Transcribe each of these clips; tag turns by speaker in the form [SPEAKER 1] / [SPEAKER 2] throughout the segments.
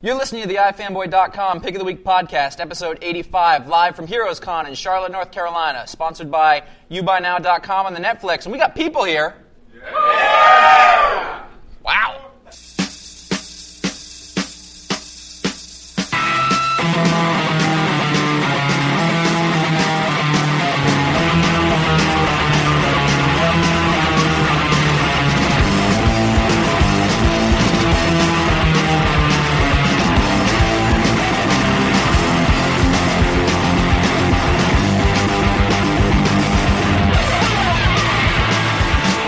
[SPEAKER 1] You're listening to the iFanboy.com Pick of the Week podcast, episode 85, live from HeroesCon in Charlotte, North Carolina, sponsored by YouBuyNow.com and the Netflix. And we got people here. Wow.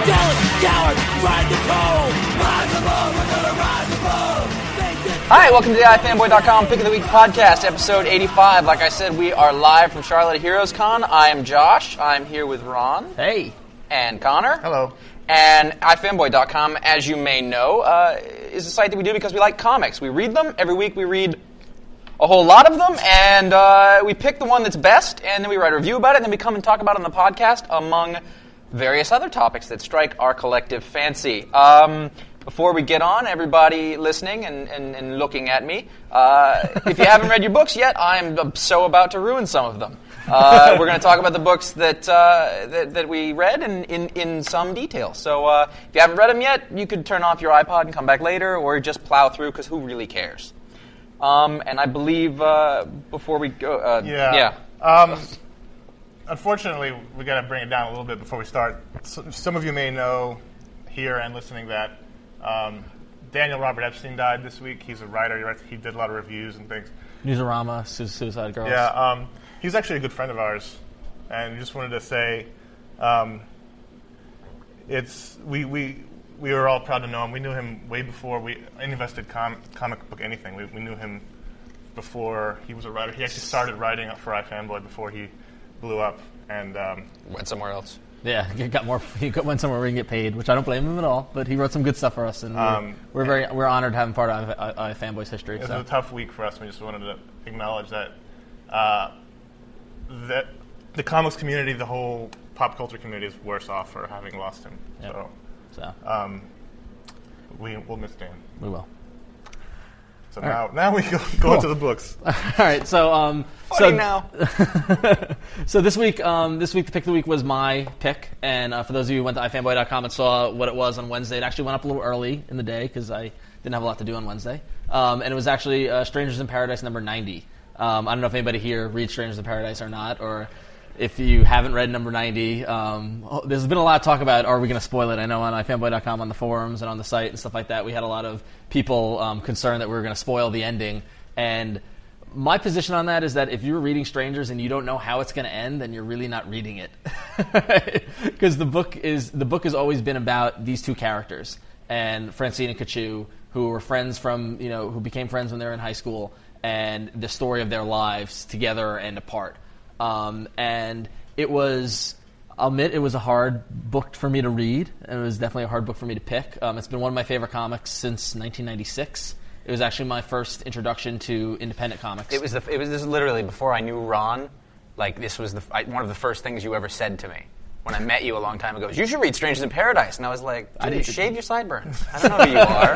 [SPEAKER 2] Dallas cowards, ride the pole! Rise above, we're gonna rise above! They did
[SPEAKER 1] Hi, welcome to the iFanboy.com Pick of the Week podcast, episode 85. Like I said, we are live from Charlotte at HeroesCon. I am Josh. I'm here with Ron.
[SPEAKER 3] Hey.
[SPEAKER 1] and Connor.
[SPEAKER 3] Hello.
[SPEAKER 1] And iFanboy.com, as you may know, uh, is a site that we do because we like comics. We read them every week. We read a whole lot of them, and uh, we pick the one that's best, and then we write a review about it, and then we come and talk about it on the podcast, among various other topics that strike our collective fancy. Um, before we get on, everybody listening and, and, and looking at me, uh, if you haven't read your books yet, I'm so about to ruin some of them. Uh, we're going to talk about the books that, uh, that, that we read in, in, in some detail. So uh, if you haven't read them yet, you could turn off your iPod and come back later, or just plow through, because who really cares? Um, and I believe uh, before we go, uh,
[SPEAKER 4] Yeah. Um, unfortunately, we got to bring it down a little bit before we start. S some of you may know here and listening that um, Daniel Robert Epstein died this week. He's a writer. He, writes, he did a lot of reviews and things.
[SPEAKER 3] Newsarama, Su- Suicide Girls.
[SPEAKER 4] Yeah. Um, he's actually a good friend of ours, and we just wanted to say, um, it's we we. We were all proud to know him. We knew him way before we any of us did com- comic book anything. We, we knew him before he was a writer. He actually started writing for iFanboy before he blew up. And um,
[SPEAKER 1] went somewhere else.
[SPEAKER 3] Yeah, he got more. He got, went somewhere where he can get paid, which I don't blame him at all. But he wrote some good stuff for us, and we're,
[SPEAKER 4] Um,
[SPEAKER 3] we're very we're honored to have him part of I, I, I Fanboy's history.
[SPEAKER 4] it was
[SPEAKER 3] So.
[SPEAKER 4] a tough week for us. We just wanted to acknowledge that uh, that the comics community, the whole pop culture community, is worse off for having lost him.
[SPEAKER 3] Yep.
[SPEAKER 4] So
[SPEAKER 3] so
[SPEAKER 4] um, we will miss Dan.
[SPEAKER 3] we will.
[SPEAKER 4] So now, now we go, go into the books.
[SPEAKER 3] All right, so um,
[SPEAKER 1] Funny
[SPEAKER 3] so
[SPEAKER 1] now.
[SPEAKER 3] so this week, um, this week the pick of the week was my pick, and uh, for those of you who went to ifanboy.com and saw what it was on Wednesday, it actually went up a little early in the day because I didn't have a lot to do on Wednesday, um, and it was actually uh, Strangers in Paradise number ninety. Um, I don't know if anybody here reads Strangers in Paradise or not, or if you haven't read number 90, um, oh, there's been a lot of talk about are we going to spoil it? I know on ifanboy.com, on the forums, and on the site and stuff like that, we had a lot of people um, concerned that we were going to spoil the ending. And my position on that is that if you're reading Strangers and you don't know how it's going to end, then you're really not reading it, because the book is the book has always been about these two characters and Francine and Kachu, who were friends from you know who became friends when they were in high school, and the story of their lives together and apart. Um, and it was I'll admit it was a hard book for me to read, and it was definitely a hard book for me to pick. Um, it's been one of my favorite comics since 1996. It was actually my first introduction to independent comics.
[SPEAKER 1] It was the, it was this is literally before I knew Ron. Like this was the, I, one of the first things you ever said to me when I met you a long time ago. Was, you should read Strangers in Paradise, and I was like, I did
[SPEAKER 3] didn't-
[SPEAKER 1] shave your sideburns. I don't know who you are.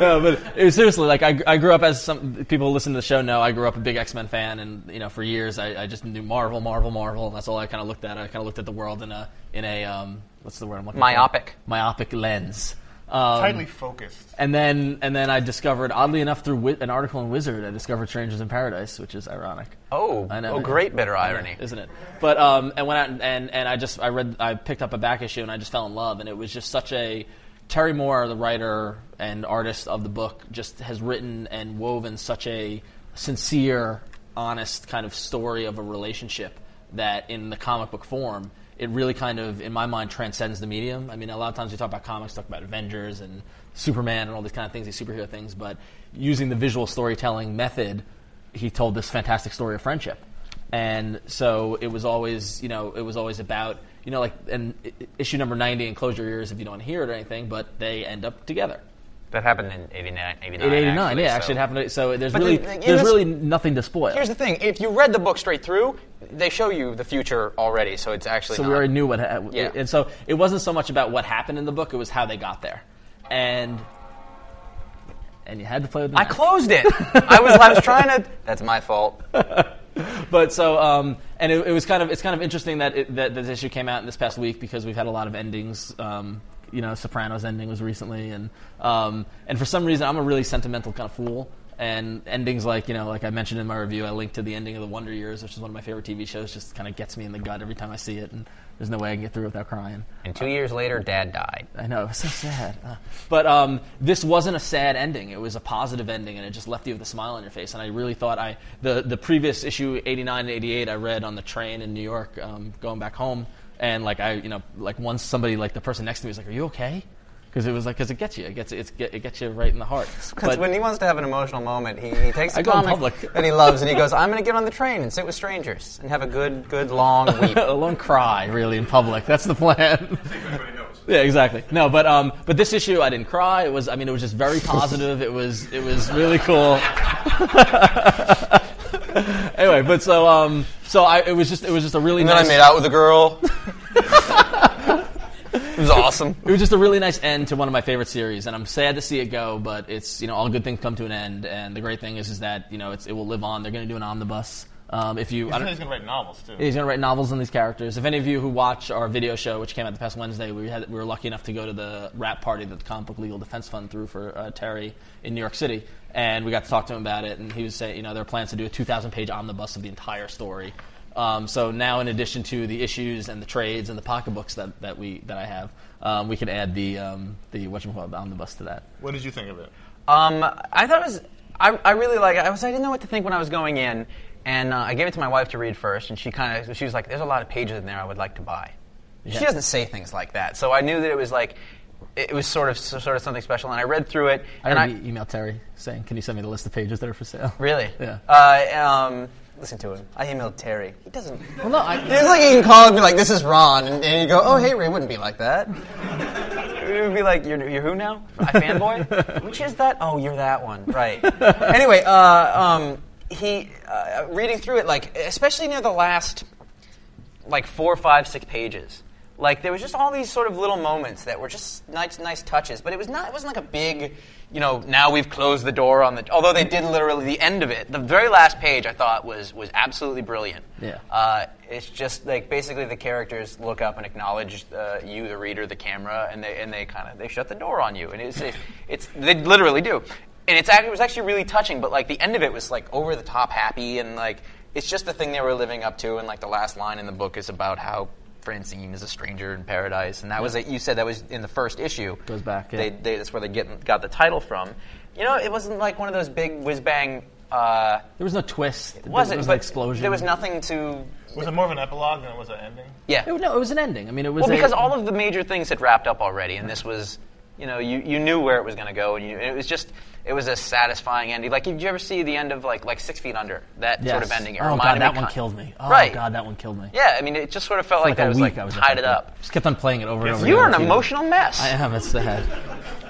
[SPEAKER 3] no, but it was seriously like I, I grew up as some people who listen to the show know I grew up a big X Men fan, and you know for years I, I just knew Marvel, Marvel, Marvel, and that's all I kind of looked at. I kind of looked at the world in a in a um, what's the word I'm looking
[SPEAKER 1] Myopic.
[SPEAKER 3] for? myopic lens. Um,
[SPEAKER 4] Tightly focused.
[SPEAKER 3] and then and then I discovered, oddly enough, through wi- an article in Wizard, I discovered Strangers in Paradise, which is ironic.
[SPEAKER 1] Oh,
[SPEAKER 3] I know.
[SPEAKER 1] oh, great bitter
[SPEAKER 3] I know,
[SPEAKER 1] irony.
[SPEAKER 3] isn't it? But um, and went out and, and and I just I read I picked up a back issue and I just fell in love, and it was just such a Terry Moore, the writer and artist of the book, just has written and woven such a sincere, honest kind of story of a relationship that in the comic book form it really kind of, in my mind, transcends the medium. I mean, a lot of times we talk about comics, talk about Avengers and Superman and all these kind of things, these superhero things, but using the visual storytelling method, he told this fantastic story of friendship. And so it was always, you know, it was always about, you know, like, and i- i- issue number 90, and close your ears if you don't want to hear it or anything, but they end up together.
[SPEAKER 1] That happened in 89, 89
[SPEAKER 3] In 89,
[SPEAKER 1] actually,
[SPEAKER 3] yeah,
[SPEAKER 1] so-
[SPEAKER 3] actually it happened. So there's
[SPEAKER 1] But
[SPEAKER 3] really,
[SPEAKER 1] the- the- you
[SPEAKER 3] there's
[SPEAKER 1] know,
[SPEAKER 3] really nothing to spoil.
[SPEAKER 1] Here's the thing: if you read the book straight through, they show you the future already, so it's actually
[SPEAKER 3] so
[SPEAKER 1] not-
[SPEAKER 3] we already knew what happened.
[SPEAKER 1] Yeah.
[SPEAKER 3] And so it wasn't so much about what happened in the book; it was how they got there. And and you had to play with the
[SPEAKER 1] I
[SPEAKER 3] knife.
[SPEAKER 1] closed it. I was I was trying to. That's my fault.
[SPEAKER 3] But so, um, and it, it was kind of it's kind of interesting that, it, that this issue came out in this past week because we've had a lot of endings. Um, you know, Sopranos ending was recently, and um, and for some reason, I'm a really sentimental kind of fool. And endings like you know, like I mentioned in my review, I linked to the ending of The Wonder Years, which is one of my favorite TV shows. Just kind of gets me in the gut every time I see it, and there's no way I can get through it without crying.
[SPEAKER 1] And two years later, Dad died.
[SPEAKER 3] I know, it was so sad. Uh, But um, this wasn't a sad ending. It was a positive ending, and it just left you with a smile on your face. And I really thought I the the previous issue, eighty nine and eighty eight, I read on the train in New York, um, going back home, and like I, you know, like once somebody, like the person next to me, was like, "Are you okay?" Because it was like, because it gets you, it gets it's, get, it gets you right in the heart.
[SPEAKER 1] Because
[SPEAKER 3] But-
[SPEAKER 1] when he wants to have an emotional moment, he, he takes
[SPEAKER 3] I
[SPEAKER 1] a
[SPEAKER 3] go in
[SPEAKER 1] comic
[SPEAKER 3] public.
[SPEAKER 1] that he loves and he goes, I'm going to get on the train and sit with strangers and have a good, good long week.
[SPEAKER 3] a long cry really in public. That's the plan.
[SPEAKER 4] Everybody knows.
[SPEAKER 3] Yeah, exactly. No, but um, but this issue, I didn't cry. It was, I mean, it was just very positive. It was, it was really cool. anyway, but so um, so I, it was just, it was just a really
[SPEAKER 1] And then
[SPEAKER 3] nice.
[SPEAKER 1] I made out with a girl. it was awesome.
[SPEAKER 3] It was just a really nice end to one of my favorite series, and I'm sad to see it go. But it's, you know, all good things come to an end, and the great thing is, is that you know, it's, it will live on. They're going to do an omnibus. Um, if you, I
[SPEAKER 4] I think
[SPEAKER 3] don't,
[SPEAKER 4] he's gonna write novels too.
[SPEAKER 3] He's going to write novels on these characters. If any of you who watch our video show, which came out the past Wednesday, we, had, we were lucky enough to go to the rap party that the Comic Book Legal Defense Fund threw for uh, Terry in New York City, and we got to talk to him about it. And he was saying, you know, there are plans to do a 2,000-page omnibus of the entire story. Um, so now, in addition to the issues and the trades and the pocketbooks that, that we that I have, um, we can add the um, the whatchamacallit, the omnibus to that.
[SPEAKER 4] What did you think of it?
[SPEAKER 1] Um, I thought it was. I, I really like. I was. I didn't know what to think when I was going in, and uh, I gave it to my wife to read first, and she kind of. She was like, "There's a lot of pages in there I would like to buy." She doesn't say things like that, so I knew that it was like, it, it was sort of sort of something special. And I read through it,
[SPEAKER 3] I
[SPEAKER 1] and I
[SPEAKER 3] already emailed Terry saying, "Can you send me the list of pages that are for sale?"
[SPEAKER 1] really.
[SPEAKER 3] Yeah.
[SPEAKER 1] Uh, um, listen to him. I emailed Terry. He doesn't.
[SPEAKER 3] Well, no, I,
[SPEAKER 1] It's like he can call and be like, "This is Ron," and, and you go, "Oh, hey, Ray, it wouldn't be like that." It would be like, "You're, you're who now? I fanboy? Which is that? Oh, you're that one, right?" anyway, uh, um, he uh, reading through it, like especially near the last, like four, five, six pages. Like there was just all these sort of little moments that were just nice, nice touches, but it was not. It wasn't like a big, you know. Now we've closed the door on the. Although they did literally the end of it, the very last page I thought was was absolutely brilliant.
[SPEAKER 3] Yeah.
[SPEAKER 1] Uh, it's just like basically the characters look up and acknowledge uh, you, the reader, the camera, and they and they kind of they shut the door on you, and it's it's, it's they literally do, and it's act- it was actually really touching. But like the end of it was like over the top happy, and like it's just the thing they were living up to, and like the last line in the book is about how. Francine is a stranger in paradise, and that was it. You said that was in the first issue.
[SPEAKER 3] Goes back, yeah.
[SPEAKER 1] They, they, that's where they get, got the title from. You know, it wasn't like one of those big whiz bang. Uh,
[SPEAKER 3] there was no twist. There
[SPEAKER 1] was it?
[SPEAKER 3] was
[SPEAKER 1] but
[SPEAKER 3] an explosion.
[SPEAKER 1] There was nothing to.
[SPEAKER 4] Was it more of an epilogue than it was an ending?
[SPEAKER 1] Yeah.
[SPEAKER 3] It, Oh, no, it was an ending. I mean, it was
[SPEAKER 1] Well,
[SPEAKER 3] a-
[SPEAKER 1] because all of the major things had wrapped up already, and this was, you know, you, you knew where it was going to go, and, you, it was just, it was a satisfying ending. Like, did you ever see the end of like like Six Feet Under? That
[SPEAKER 3] Yes.
[SPEAKER 1] sort of ending. It
[SPEAKER 3] oh
[SPEAKER 1] reminded
[SPEAKER 3] god,
[SPEAKER 1] me
[SPEAKER 3] that one
[SPEAKER 1] kind-
[SPEAKER 3] killed me. Oh
[SPEAKER 1] Right.
[SPEAKER 3] god, that one killed me.
[SPEAKER 1] Yeah, I mean, it just sort of felt
[SPEAKER 3] For
[SPEAKER 1] like, that
[SPEAKER 3] a
[SPEAKER 1] was
[SPEAKER 3] week
[SPEAKER 1] like
[SPEAKER 3] I was
[SPEAKER 1] tied
[SPEAKER 3] like
[SPEAKER 1] it
[SPEAKER 3] that.
[SPEAKER 1] up.
[SPEAKER 3] Just kept on playing it over and
[SPEAKER 4] Yes.
[SPEAKER 3] over.
[SPEAKER 1] You
[SPEAKER 3] again
[SPEAKER 1] are an
[SPEAKER 3] on TV.
[SPEAKER 1] emotional mess.
[SPEAKER 3] I am. It's sad.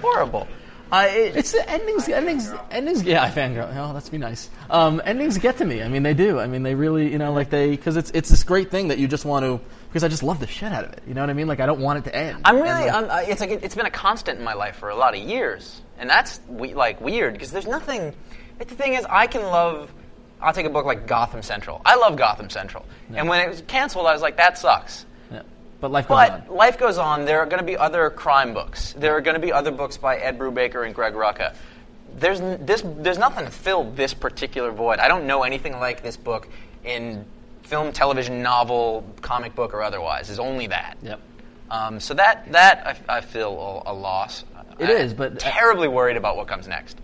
[SPEAKER 1] Horrible. Uh, it,
[SPEAKER 3] It's the endings. Endings. Endings. Yeah, I fangirl. Oh, that's be nice. Um, endings get to me. I mean, they do. I mean, they really, you know, like they because it's it's this great thing that you just want to because I just love the shit out of it. You know what I mean? Like I don't want it to end.
[SPEAKER 1] I'm
[SPEAKER 3] And,
[SPEAKER 1] really.
[SPEAKER 3] like,
[SPEAKER 1] I'm, uh, it's like it, it's been a constant in my life for a lot of years, and that's we, like weird because there's nothing. But the thing is, I can love. I'll take a book like Gotham Central. I love Gotham Central, and when it was canceled, I was like, that sucks.
[SPEAKER 3] yeah. But life goes on.
[SPEAKER 1] But life goes on. There are going to be other crime books. There are going to be other books by Ed Brubaker and Greg Rucka. There's n- this. There's nothing to fill this particular void. I don't know anything like this book in film, television, novel, comic book, or otherwise. It's only that.
[SPEAKER 3] Yep.
[SPEAKER 1] Um, so that that I, I feel a, a loss.
[SPEAKER 3] It
[SPEAKER 1] I-
[SPEAKER 3] is, but- uh,
[SPEAKER 1] terribly worried about what comes next.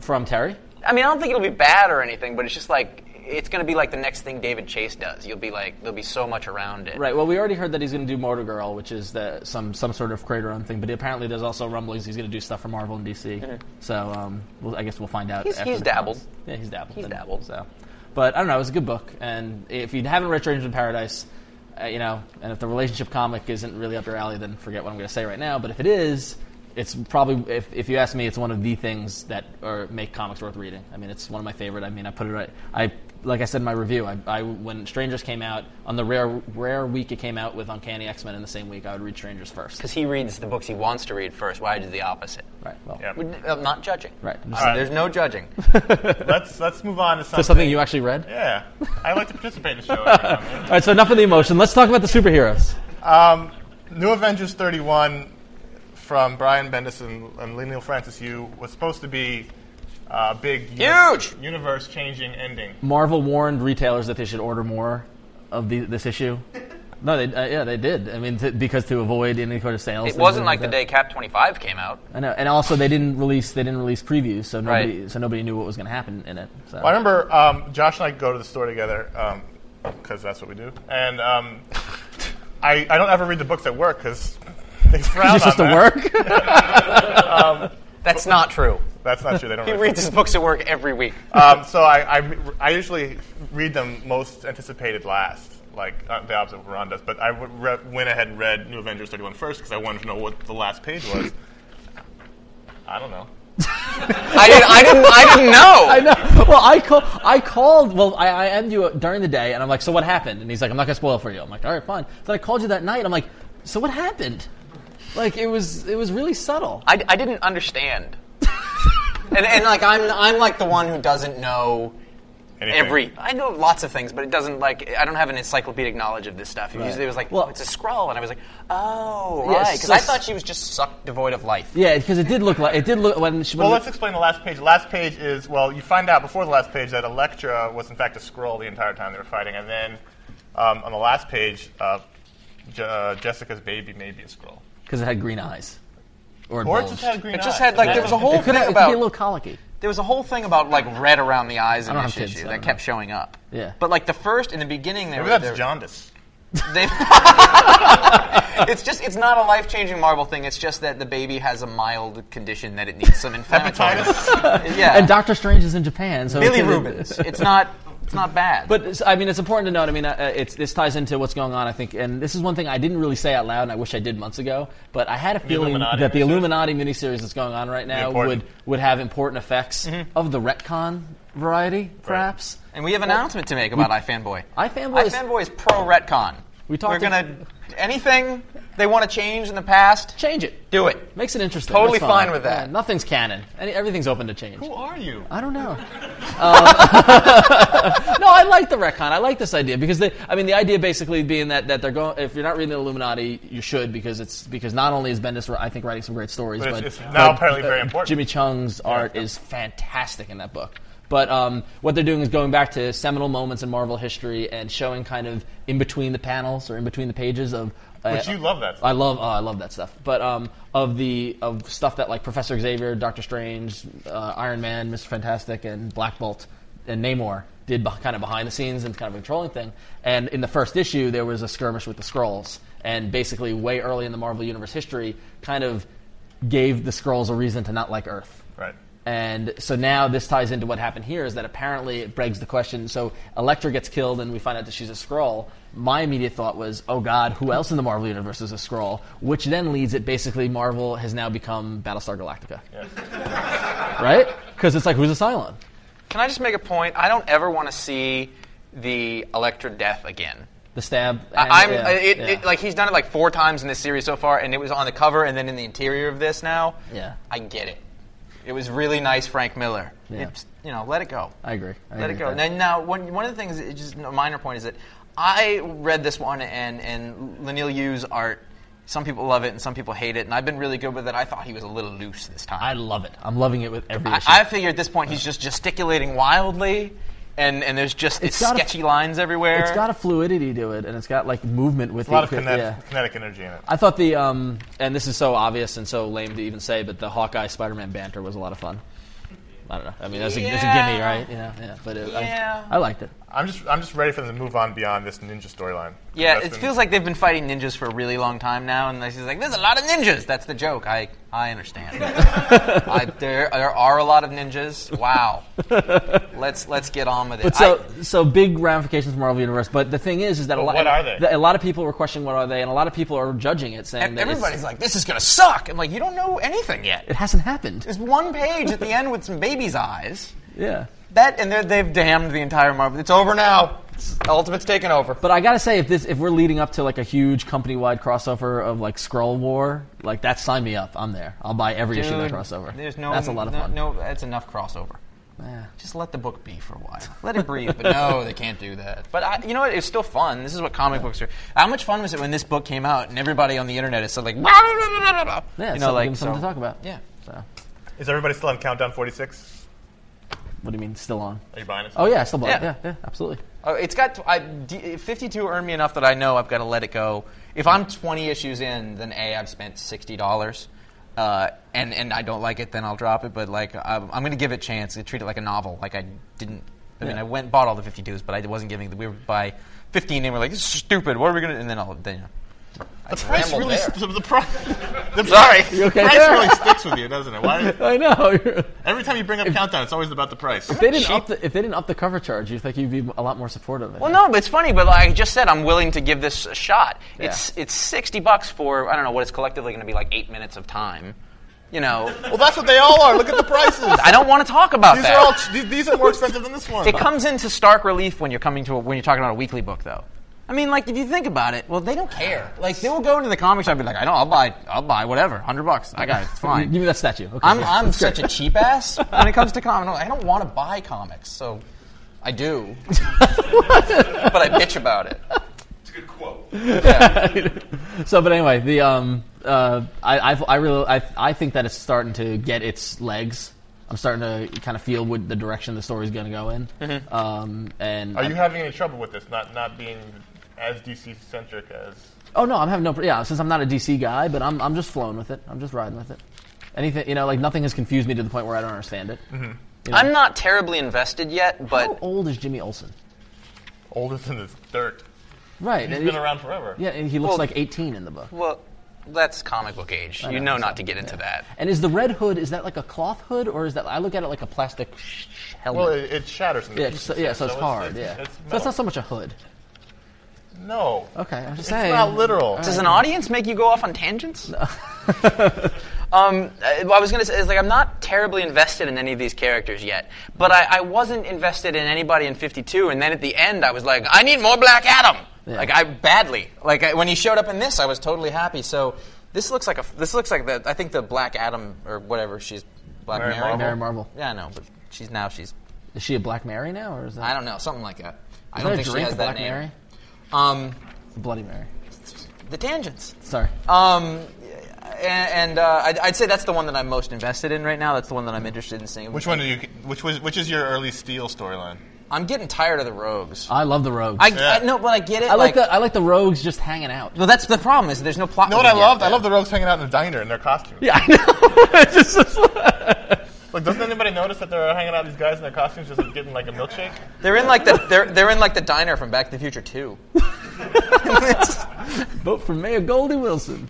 [SPEAKER 3] From Terry.
[SPEAKER 1] I mean, I don't think it'll be bad or anything, but it's just like it's going to be like the next thing David Chase does. You'll be like there'll be so much around it.
[SPEAKER 3] Right. Well, we already heard that he's going to do Motor Girl, which is the, some some sort of creator own thing. But apparently, there's also rumblings he's going to do stuff for Marvel and DC. So um, we'll, I guess we'll find out.
[SPEAKER 1] Mm-hmm. He's-
[SPEAKER 3] after
[SPEAKER 1] he's
[SPEAKER 3] the
[SPEAKER 1] dabbled.
[SPEAKER 3] cons. Yeah, he's dabbled.
[SPEAKER 1] He's
[SPEAKER 3] in it,
[SPEAKER 1] dabbled.
[SPEAKER 3] So, but I don't know. It was a good book, and if you haven't read Strangers in Paradise, uh, you know, and if the relationship comic isn't really up your alley, then forget what I'm going to say right now. But if it is, it's probably if, if you ask me, it's one of the things that are, make comics worth reading. I mean, it's one of my favorite. I mean, I put it right. I like I said in my review. I, I when Strangers came out on the rare rare week it came out with Uncanny X Men in the same week, I would read Strangers first.
[SPEAKER 1] Because he reads the books he wants to read first. Why do the opposite?
[SPEAKER 3] Right. Well.
[SPEAKER 4] Yep.
[SPEAKER 1] We- I'm not judging.
[SPEAKER 3] Right.
[SPEAKER 1] I'm-
[SPEAKER 3] All right.
[SPEAKER 1] There's no judging.
[SPEAKER 4] let's let's move on to
[SPEAKER 3] So
[SPEAKER 4] something.
[SPEAKER 3] something you actually read.
[SPEAKER 4] Yeah, I like to participate in the show. Every now and then.
[SPEAKER 3] All right. So enough of the emotion. Let's talk about the superheroes.
[SPEAKER 4] Um, New Avengers 31 from Brian Bendis and, and Lionel Francis Yu was supposed to be a big,
[SPEAKER 1] Huge!
[SPEAKER 4] universe changing ending.
[SPEAKER 3] Marvel warned retailers that they should order more of the, this issue. No, they, uh, yeah, they did. I mean, t- because to avoid any sort of sales.
[SPEAKER 1] It
[SPEAKER 3] things
[SPEAKER 1] wasn't like the
[SPEAKER 3] that.
[SPEAKER 1] day Cap 25 came out.
[SPEAKER 3] I know, and also they didn't release they didn't release previews, so
[SPEAKER 1] Right.
[SPEAKER 3] nobody so nobody knew what was going to happen in it. So.
[SPEAKER 4] I remember um, Josh and I go to the store together because that's what we do. And um, I, I don't ever read the books at work because they frown
[SPEAKER 3] You're
[SPEAKER 4] on
[SPEAKER 3] supposed to
[SPEAKER 4] that.
[SPEAKER 3] work.
[SPEAKER 1] That's not true.
[SPEAKER 4] That's not true. They don't
[SPEAKER 1] He
[SPEAKER 4] read
[SPEAKER 1] reads his books at work every week.
[SPEAKER 4] um, so I, I, I usually read them most anticipated last, like uh, the opposite of what Ron does. But I w- re- went ahead and read New Avengers 31 first because I wanted to know what the last page was. I don't know.
[SPEAKER 1] I didn't. I didn't. I didn't know.
[SPEAKER 3] I know. Well, I call, I called. Well, I, I end you during the day, and I'm like, so what happened? And he's like, I'm not going to spoil it for you. I'm like, all right, fine. Then I called you that night. I'm like, so what happened? Like it was it was really subtle.
[SPEAKER 1] I, I didn't understand. and, and like I'm I'm like the one who doesn't know
[SPEAKER 4] Anything.
[SPEAKER 1] every. I know lots of things, but it doesn't like I don't have an encyclopedic knowledge of this stuff. It Usually, it was like, well,
[SPEAKER 3] Well-
[SPEAKER 1] it's a scroll, and I was like, oh,
[SPEAKER 3] Yeah,
[SPEAKER 1] right, because
[SPEAKER 3] so-
[SPEAKER 1] I thought she was just sucked devoid of life.
[SPEAKER 3] Yeah, because it did look like it did look when she. When
[SPEAKER 4] Well, let's explain the last page. The last page is well, you find out before the last page that Elektra was in fact a scroll the entire time they were fighting, and then um, on the last page, uh, Je- uh, Jessica's baby may be a scroll,
[SPEAKER 3] because it had green eyes, or, it
[SPEAKER 4] or it
[SPEAKER 3] bulged.
[SPEAKER 4] just had green.
[SPEAKER 1] It just
[SPEAKER 4] eyes.
[SPEAKER 1] had, like, there was a whole
[SPEAKER 3] It
[SPEAKER 1] thing
[SPEAKER 3] could, have, it could be
[SPEAKER 1] about-
[SPEAKER 3] a little colicky.
[SPEAKER 1] There was a whole thing about like red around the eyes in
[SPEAKER 3] don't
[SPEAKER 1] this
[SPEAKER 3] have kids,
[SPEAKER 1] issue
[SPEAKER 3] so I
[SPEAKER 1] that
[SPEAKER 3] don't
[SPEAKER 1] kept
[SPEAKER 3] know.
[SPEAKER 1] showing up.
[SPEAKER 3] Yeah.
[SPEAKER 1] But like the first in the beginning, there
[SPEAKER 4] Maybe
[SPEAKER 1] were.
[SPEAKER 4] that's jaundice.
[SPEAKER 1] They, it's just it's not a life changing Marvel thing. It's just that the baby has a mild condition that it needs some inflammatory.
[SPEAKER 4] Hepatitis?
[SPEAKER 1] yeah.
[SPEAKER 3] And Doctor Strange is in Japan, so it
[SPEAKER 1] Billy
[SPEAKER 3] could-
[SPEAKER 1] Rubens. It's not. It's not bad.
[SPEAKER 3] But it's- I mean, it's important to note. I mean, uh, it's this ties into what's going on. I think, and this is one thing I didn't really say out loud, and I wish I did months ago. But I had a feeling
[SPEAKER 4] Illuminati
[SPEAKER 3] that the
[SPEAKER 4] miniseries.
[SPEAKER 3] Illuminati miniseries that's going on right now
[SPEAKER 4] important. Mm-hmm.
[SPEAKER 3] would would have important effects of the retcon variety, perhaps.
[SPEAKER 1] and we have an announcement to make about iFanboy.
[SPEAKER 3] iFanboy is-
[SPEAKER 1] iFanboy is pro retcon.
[SPEAKER 3] We talked
[SPEAKER 1] We're
[SPEAKER 3] to-
[SPEAKER 1] gonna anything they want to change in the past.
[SPEAKER 3] Change it.
[SPEAKER 1] Do it.
[SPEAKER 3] Makes it interesting.
[SPEAKER 1] Totally
[SPEAKER 3] That's fine.
[SPEAKER 1] fine with that.
[SPEAKER 3] Yeah, nothing's canon. Any, everything's open to change.
[SPEAKER 4] Who are you?
[SPEAKER 3] I don't know. Um, no, I like the retcon. I like this idea because they, I mean, the idea basically being that, that they're going. If you're not reading the Illuminati, you should because it's because not only is Bendis, I think, writing some great stories,
[SPEAKER 4] But
[SPEAKER 3] but,
[SPEAKER 4] it's- it's now
[SPEAKER 3] but,
[SPEAKER 4] apparently very
[SPEAKER 3] uh,
[SPEAKER 4] important.
[SPEAKER 3] Jimmy Chung's art is fantastic in that book. But um, what they're doing is going back to seminal moments in Marvel history and showing kind of in between the panels or in between the pages of. Uh,
[SPEAKER 4] Which you love that stuff.
[SPEAKER 3] I love, oh, I love that stuff. But um, of the of stuff that like Professor Xavier, Doctor Strange, uh, Iron Man, Mister Fantastic, and Black Bolt and Namor did beh- kind of behind the scenes and kind of a controlling thing. And in the first issue, there was a skirmish with the Skrulls, and basically, way early in the Marvel Universe history, kind of gave the Skrulls a reason to not like Earth.
[SPEAKER 4] Right.
[SPEAKER 3] And so now this ties into what happened here is that apparently it begs the question. So Elektra gets killed, and we find out that she's a scroll. My immediate thought was, oh God, who else in the Marvel universe is a scroll? Which then leads it basically Marvel has now become Battlestar Galactica, right? Because it's like who's a Cylon?
[SPEAKER 1] Can I just make a point? I don't ever want to see the Electra death again.
[SPEAKER 3] The stab. and-
[SPEAKER 1] I, I'm
[SPEAKER 3] yeah,
[SPEAKER 1] it,
[SPEAKER 3] yeah.
[SPEAKER 1] it, like he's done it like four times in this series so far, and it was on the cover and then in the interior of this now.
[SPEAKER 3] Yeah.
[SPEAKER 1] I get it. It was really nice, Frank Miller.
[SPEAKER 3] Yeah.
[SPEAKER 1] It's- you know, let it go.
[SPEAKER 3] I agree. I
[SPEAKER 1] let it
[SPEAKER 3] agree with
[SPEAKER 1] go.
[SPEAKER 3] that.
[SPEAKER 1] Now, now one, one of the things, it just a minor point, is that I read this one and and Lanil Yu's art. Some people love it and some people hate it, and I've been really good with it. I thought he was a little loose this time.
[SPEAKER 3] I love it. I'm loving it with every issue.
[SPEAKER 1] I, I figure at this point he's just gesticulating wildly, and, and there's just it's
[SPEAKER 3] It's got a-
[SPEAKER 1] sketchy lines everywhere.
[SPEAKER 3] it's got a fluidity to it, and it's got like movement with
[SPEAKER 4] A lot of
[SPEAKER 3] the,
[SPEAKER 4] kinet-
[SPEAKER 3] yeah.
[SPEAKER 4] kinetic energy in it.
[SPEAKER 3] I thought the um, and this is so obvious and so lame to even say, but the Hawkeye Spider-Man banter was a lot of fun. I don't know. I mean, that's a, that's a
[SPEAKER 1] Yeah.
[SPEAKER 3] gimme, right? Yeah, yeah. But it,
[SPEAKER 1] Yeah.
[SPEAKER 3] I, I liked it.
[SPEAKER 4] I'm just I'm just ready for them to move on beyond this ninja storyline.
[SPEAKER 1] yeah,
[SPEAKER 4] That's
[SPEAKER 1] it
[SPEAKER 4] been-
[SPEAKER 1] feels like they've been fighting ninjas for a really long time now, and he's like, "There's a lot of ninjas." That's the joke. I
[SPEAKER 5] I understand. I, there, there are a lot of ninjas. Wow. let's let's get on with it.
[SPEAKER 3] But so, so big ramifications for Marvel Universe. But the thing is, is that a lot,
[SPEAKER 4] what are they?
[SPEAKER 3] that A lot of people were questioning what are they, and a lot of people are judging it, saying
[SPEAKER 5] I,
[SPEAKER 3] that it's-
[SPEAKER 5] everybody's like, this is gonna suck. I'm like, you don't know anything yet.
[SPEAKER 3] it hasn't happened.
[SPEAKER 5] There's one page at the end with some baby's eyes.
[SPEAKER 3] Yeah.
[SPEAKER 5] That and they're- they've damned the entire Marvel. It's over now. Ultimate's taken over.
[SPEAKER 3] But I gotta say, if this, if we're leading up to like a huge company-wide crossover of like Scroll War, like that, sign me up. I'm there. I'll buy every issue of that
[SPEAKER 5] Dude,
[SPEAKER 3] crossover.
[SPEAKER 5] There's no.
[SPEAKER 3] That's a lot of
[SPEAKER 5] no,
[SPEAKER 3] fun.
[SPEAKER 5] No, that's enough crossover.
[SPEAKER 3] Yeah.
[SPEAKER 5] Just let the book be for a while. Let it breathe. but no, they can't do that. But I, you know what? It's still fun. This is what comic books are. How much fun was it when this book came out and everybody on the internet is so like, "Blah, blah, blah, blah, blah, blah."
[SPEAKER 3] Yeah,
[SPEAKER 5] you
[SPEAKER 3] so
[SPEAKER 5] know,
[SPEAKER 3] give
[SPEAKER 5] like
[SPEAKER 3] them
[SPEAKER 5] so-
[SPEAKER 3] something to talk about.
[SPEAKER 5] Yeah.
[SPEAKER 3] So,
[SPEAKER 4] Is everybody still on Countdown 46?
[SPEAKER 3] what do you mean, still on?
[SPEAKER 4] Are you buying it?
[SPEAKER 3] Oh yeah, still black.
[SPEAKER 5] Yeah.
[SPEAKER 3] Yeah, yeah, absolutely.
[SPEAKER 5] Oh, it's got t- I, D, 52 earned me enough that I know I've got to let it go. If I'm 20 issues in, then a I've spent sixty dollars, uh, and and I don't like it, then I'll drop it. But like I'm, I'm going to give it a chance. I treat it like a novel. Like I didn't. I mean,
[SPEAKER 3] Yeah.
[SPEAKER 5] I went and bought all the 52s, but I wasn't giving. We were by 15, and we're like, this is stupid. What are we going to? And then I'll then. You know,
[SPEAKER 4] The price
[SPEAKER 5] Ramble
[SPEAKER 4] really.
[SPEAKER 5] there.
[SPEAKER 4] St- the price. I'm sorry.
[SPEAKER 3] okay
[SPEAKER 4] The price
[SPEAKER 3] there?
[SPEAKER 4] really sticks with you, doesn't it? Why?
[SPEAKER 3] I know.
[SPEAKER 4] Every time you bring up Countdown, it's always about the price.
[SPEAKER 3] If they didn't up the, if they didn't up the cover charge, you'd think you'd be a lot more supportive.
[SPEAKER 5] Well, no, but it's funny. But like I just said, I'm willing to give this a shot. It's it's sixty bucks for I don't know what it's collectively going to be like eight minutes of time. You know,
[SPEAKER 4] Well, that's what they all are. Look at the prices.
[SPEAKER 5] I don't want to talk about
[SPEAKER 4] These
[SPEAKER 5] that.
[SPEAKER 4] are all. ch- These, these are more expensive than this one.
[SPEAKER 5] It comes into stark relief when you're coming to a, when you're talking about a weekly book, though. I mean, like if you think about it, well, they don't care. Like they will go into the comic shop and be like, "I know, I'll buy, I'll buy whatever, hundred bucks. I got it, it's
[SPEAKER 3] Give me
[SPEAKER 5] fine."
[SPEAKER 3] that statue. Okay,
[SPEAKER 5] I'm,
[SPEAKER 3] yeah.
[SPEAKER 5] I'm such a cheap ass when it comes to comics. I don't want to buy comics, so I do, but I bitch about it.
[SPEAKER 6] It's a good quote.
[SPEAKER 3] so, but anyway, the um, uh, I, I've, I really I, I think that it's starting to get its legs. I'm starting to kind of feel what the direction the story's going to go in. Um, and
[SPEAKER 4] Are you having any trouble with this? Not not being as DC centric as.
[SPEAKER 3] oh no, I'm having no. pr- Yeah, since I'm not a DC guy, but I'm I'm just flowing with it. I'm just riding with it. Anything you know, like nothing has confused me to the point where I don't understand it.
[SPEAKER 1] I'm not terribly invested yet,
[SPEAKER 3] How
[SPEAKER 1] but
[SPEAKER 3] old is Jimmy Olsen?
[SPEAKER 4] Older than this dirt.
[SPEAKER 3] Right.
[SPEAKER 4] He's
[SPEAKER 3] and
[SPEAKER 4] been
[SPEAKER 3] he-
[SPEAKER 4] around forever.
[SPEAKER 3] Yeah, and he looks
[SPEAKER 1] Well-
[SPEAKER 3] like 18 in the book.
[SPEAKER 1] well, that's comic book age. You know not to get into that.
[SPEAKER 3] And is the red hood is that like a cloth hood or is that I look at it like a plastic sh- sh- helmet?
[SPEAKER 4] Well, it, it shatters. In the
[SPEAKER 3] yeah,
[SPEAKER 4] pieces,
[SPEAKER 3] so, yeah, so it's
[SPEAKER 4] it's-
[SPEAKER 3] hard. yeah,
[SPEAKER 4] it's
[SPEAKER 3] so it's
[SPEAKER 4] metal.
[SPEAKER 3] not so much a hood.
[SPEAKER 4] no.
[SPEAKER 3] Okay, I'm just
[SPEAKER 4] It's
[SPEAKER 3] saying.
[SPEAKER 4] not literal.
[SPEAKER 1] Does an audience make you go off on tangents? um, I I was going to say, is like I'm not terribly invested in any of these characters yet, but I, I wasn't invested in anybody in 52, and then at the end, I was like, I need more Black Adam.
[SPEAKER 3] Yeah.
[SPEAKER 1] Like I badly. Like I, when he showed up in this, I was totally happy. So this looks like a. This looks like the. I think the Black Adam or whatever she's Black
[SPEAKER 4] Mary
[SPEAKER 1] Mary.
[SPEAKER 4] Marvel.
[SPEAKER 3] Mary Marvel.
[SPEAKER 1] Yeah, I know, but she's now she's.
[SPEAKER 3] Is she a Black Mary now or is that?
[SPEAKER 1] I don't know, something like that. I
[SPEAKER 3] is
[SPEAKER 1] don't
[SPEAKER 3] there
[SPEAKER 1] think
[SPEAKER 3] a
[SPEAKER 1] she
[SPEAKER 3] drink
[SPEAKER 1] has
[SPEAKER 3] Black
[SPEAKER 1] that name.
[SPEAKER 3] Mary?
[SPEAKER 1] Um,
[SPEAKER 3] Bloody Mary.
[SPEAKER 1] the tangents.
[SPEAKER 3] Sorry.
[SPEAKER 1] Um, and, and uh, I'd, I'd say that's the one that I'm most invested in right now. That's the one that I'm interested in seeing.
[SPEAKER 4] Which one do you? Which was? Which is your early Steel storyline?
[SPEAKER 1] I'm getting tired of the rogues.
[SPEAKER 3] I love the rogues.
[SPEAKER 1] I,
[SPEAKER 3] I,
[SPEAKER 4] Uh, Yeah.
[SPEAKER 1] I no, but I get it.
[SPEAKER 3] like, the I like the rogues just hanging out.
[SPEAKER 1] Well, that's the problem is there's no plot.
[SPEAKER 4] You know what
[SPEAKER 1] with
[SPEAKER 4] I
[SPEAKER 1] it yet.
[SPEAKER 4] loved? I love the rogues hanging out in the diner in their costumes.
[SPEAKER 3] Yeah, I know. It's just-
[SPEAKER 4] Like, doesn't anybody notice that they're hanging out these guys in their costumes, just like, getting like a milkshake?
[SPEAKER 1] They're in like the they're, they're in like the diner from Back to the Future 2.
[SPEAKER 3] Vote for Mayor Goldie Wilson.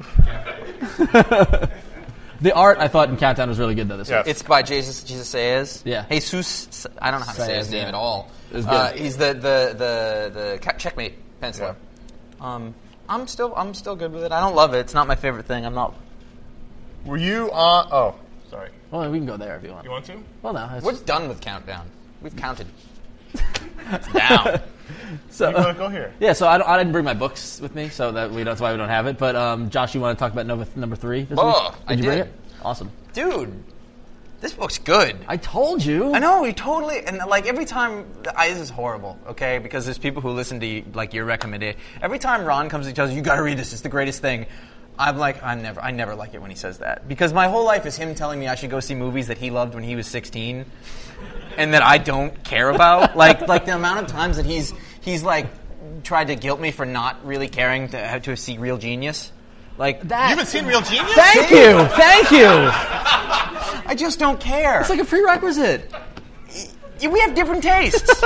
[SPEAKER 3] the art I thought in Countdown was really good though. This
[SPEAKER 4] Yeah.
[SPEAKER 3] week.
[SPEAKER 1] It's by Jesus Jesus Sayas.
[SPEAKER 3] Yeah.
[SPEAKER 1] Jesus. I don't know how to say
[SPEAKER 3] Sayas,
[SPEAKER 1] his name
[SPEAKER 3] yeah.
[SPEAKER 1] at all.
[SPEAKER 3] was good.
[SPEAKER 1] Uh, he's the the the the ca- checkmate penciler. Um, I'm still I'm still good with it. I don't love it. It's not my favorite thing. I'm not.
[SPEAKER 4] Were you on? Oh, sorry.
[SPEAKER 3] Well, we can go there if you want.
[SPEAKER 4] You want to?
[SPEAKER 3] Well, no. It's
[SPEAKER 1] We're
[SPEAKER 3] just-
[SPEAKER 1] done with countdown. We've counted. It's down.
[SPEAKER 3] so,
[SPEAKER 4] You wanna go here.
[SPEAKER 3] Yeah, so I, don't, I didn't bring my books with me, so that we, that's why we don't have it. But um, Josh, you want to talk about number, number three? This
[SPEAKER 1] Oh,
[SPEAKER 3] week?
[SPEAKER 1] I
[SPEAKER 3] you bring
[SPEAKER 1] did.
[SPEAKER 3] it? Awesome.
[SPEAKER 1] Dude, this book's good.
[SPEAKER 3] I told you.
[SPEAKER 1] I know you totally, and like every time, I, this is horrible, okay? Because there's people who listen to like your recommendation. Every time Ron comes and tells you, "You got to read this. It's the greatest thing," I'm like, I'm never, I never like it when he says that because my whole life is him telling me I should go see movies that he loved when he was 16, and that I don't care about. like, like the amount of times that he's he's like tried to guilt me for not really caring to have to see Real Genius. Like
[SPEAKER 3] That-
[SPEAKER 4] You haven't seen Real Genius?
[SPEAKER 3] Thank you. Thank you.
[SPEAKER 1] I just don't care.
[SPEAKER 3] It's like a prerequisite.
[SPEAKER 5] You- We have different tastes.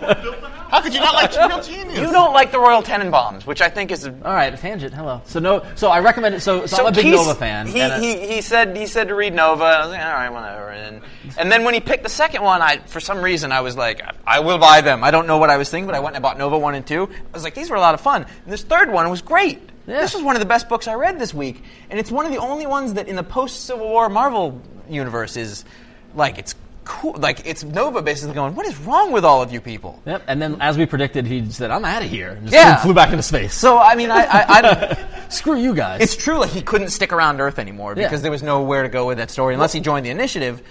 [SPEAKER 4] How could you not like Real Genius?
[SPEAKER 1] You don't like the Royal Tenenbaums, which I think is. So
[SPEAKER 3] All right, tangent. Hello. So no. So I recommend it. So, so, I'm a big
[SPEAKER 1] Keith-
[SPEAKER 3] Nova fan.
[SPEAKER 1] He,
[SPEAKER 3] and, uh,
[SPEAKER 1] he, he said he said to read Nova. And I was like, all right, whatever. And, and then when he picked the second one, I for some reason I was like, I will buy them. I don't know what I was thinking, but I went and bought Nova one and two. I was like, these were a lot of fun. And this third one was great.
[SPEAKER 3] Yeah.
[SPEAKER 1] This was one of the best books I read this week, and it's one of the only ones that in the post Civil War Marvel universe is like it's cool. Like it's Nova basically going, what is wrong with all of you people?
[SPEAKER 3] Yep. And then, as we predicted, he said, "I'm out of here." And just
[SPEAKER 1] Yeah.
[SPEAKER 3] flew back into space.
[SPEAKER 1] So I mean, I I, I don't.
[SPEAKER 3] screw you guys.
[SPEAKER 1] It's true, like he couldn't stick around Earth anymore
[SPEAKER 3] Yeah.
[SPEAKER 1] because there was nowhere to go with that story unless he joined the Initiative,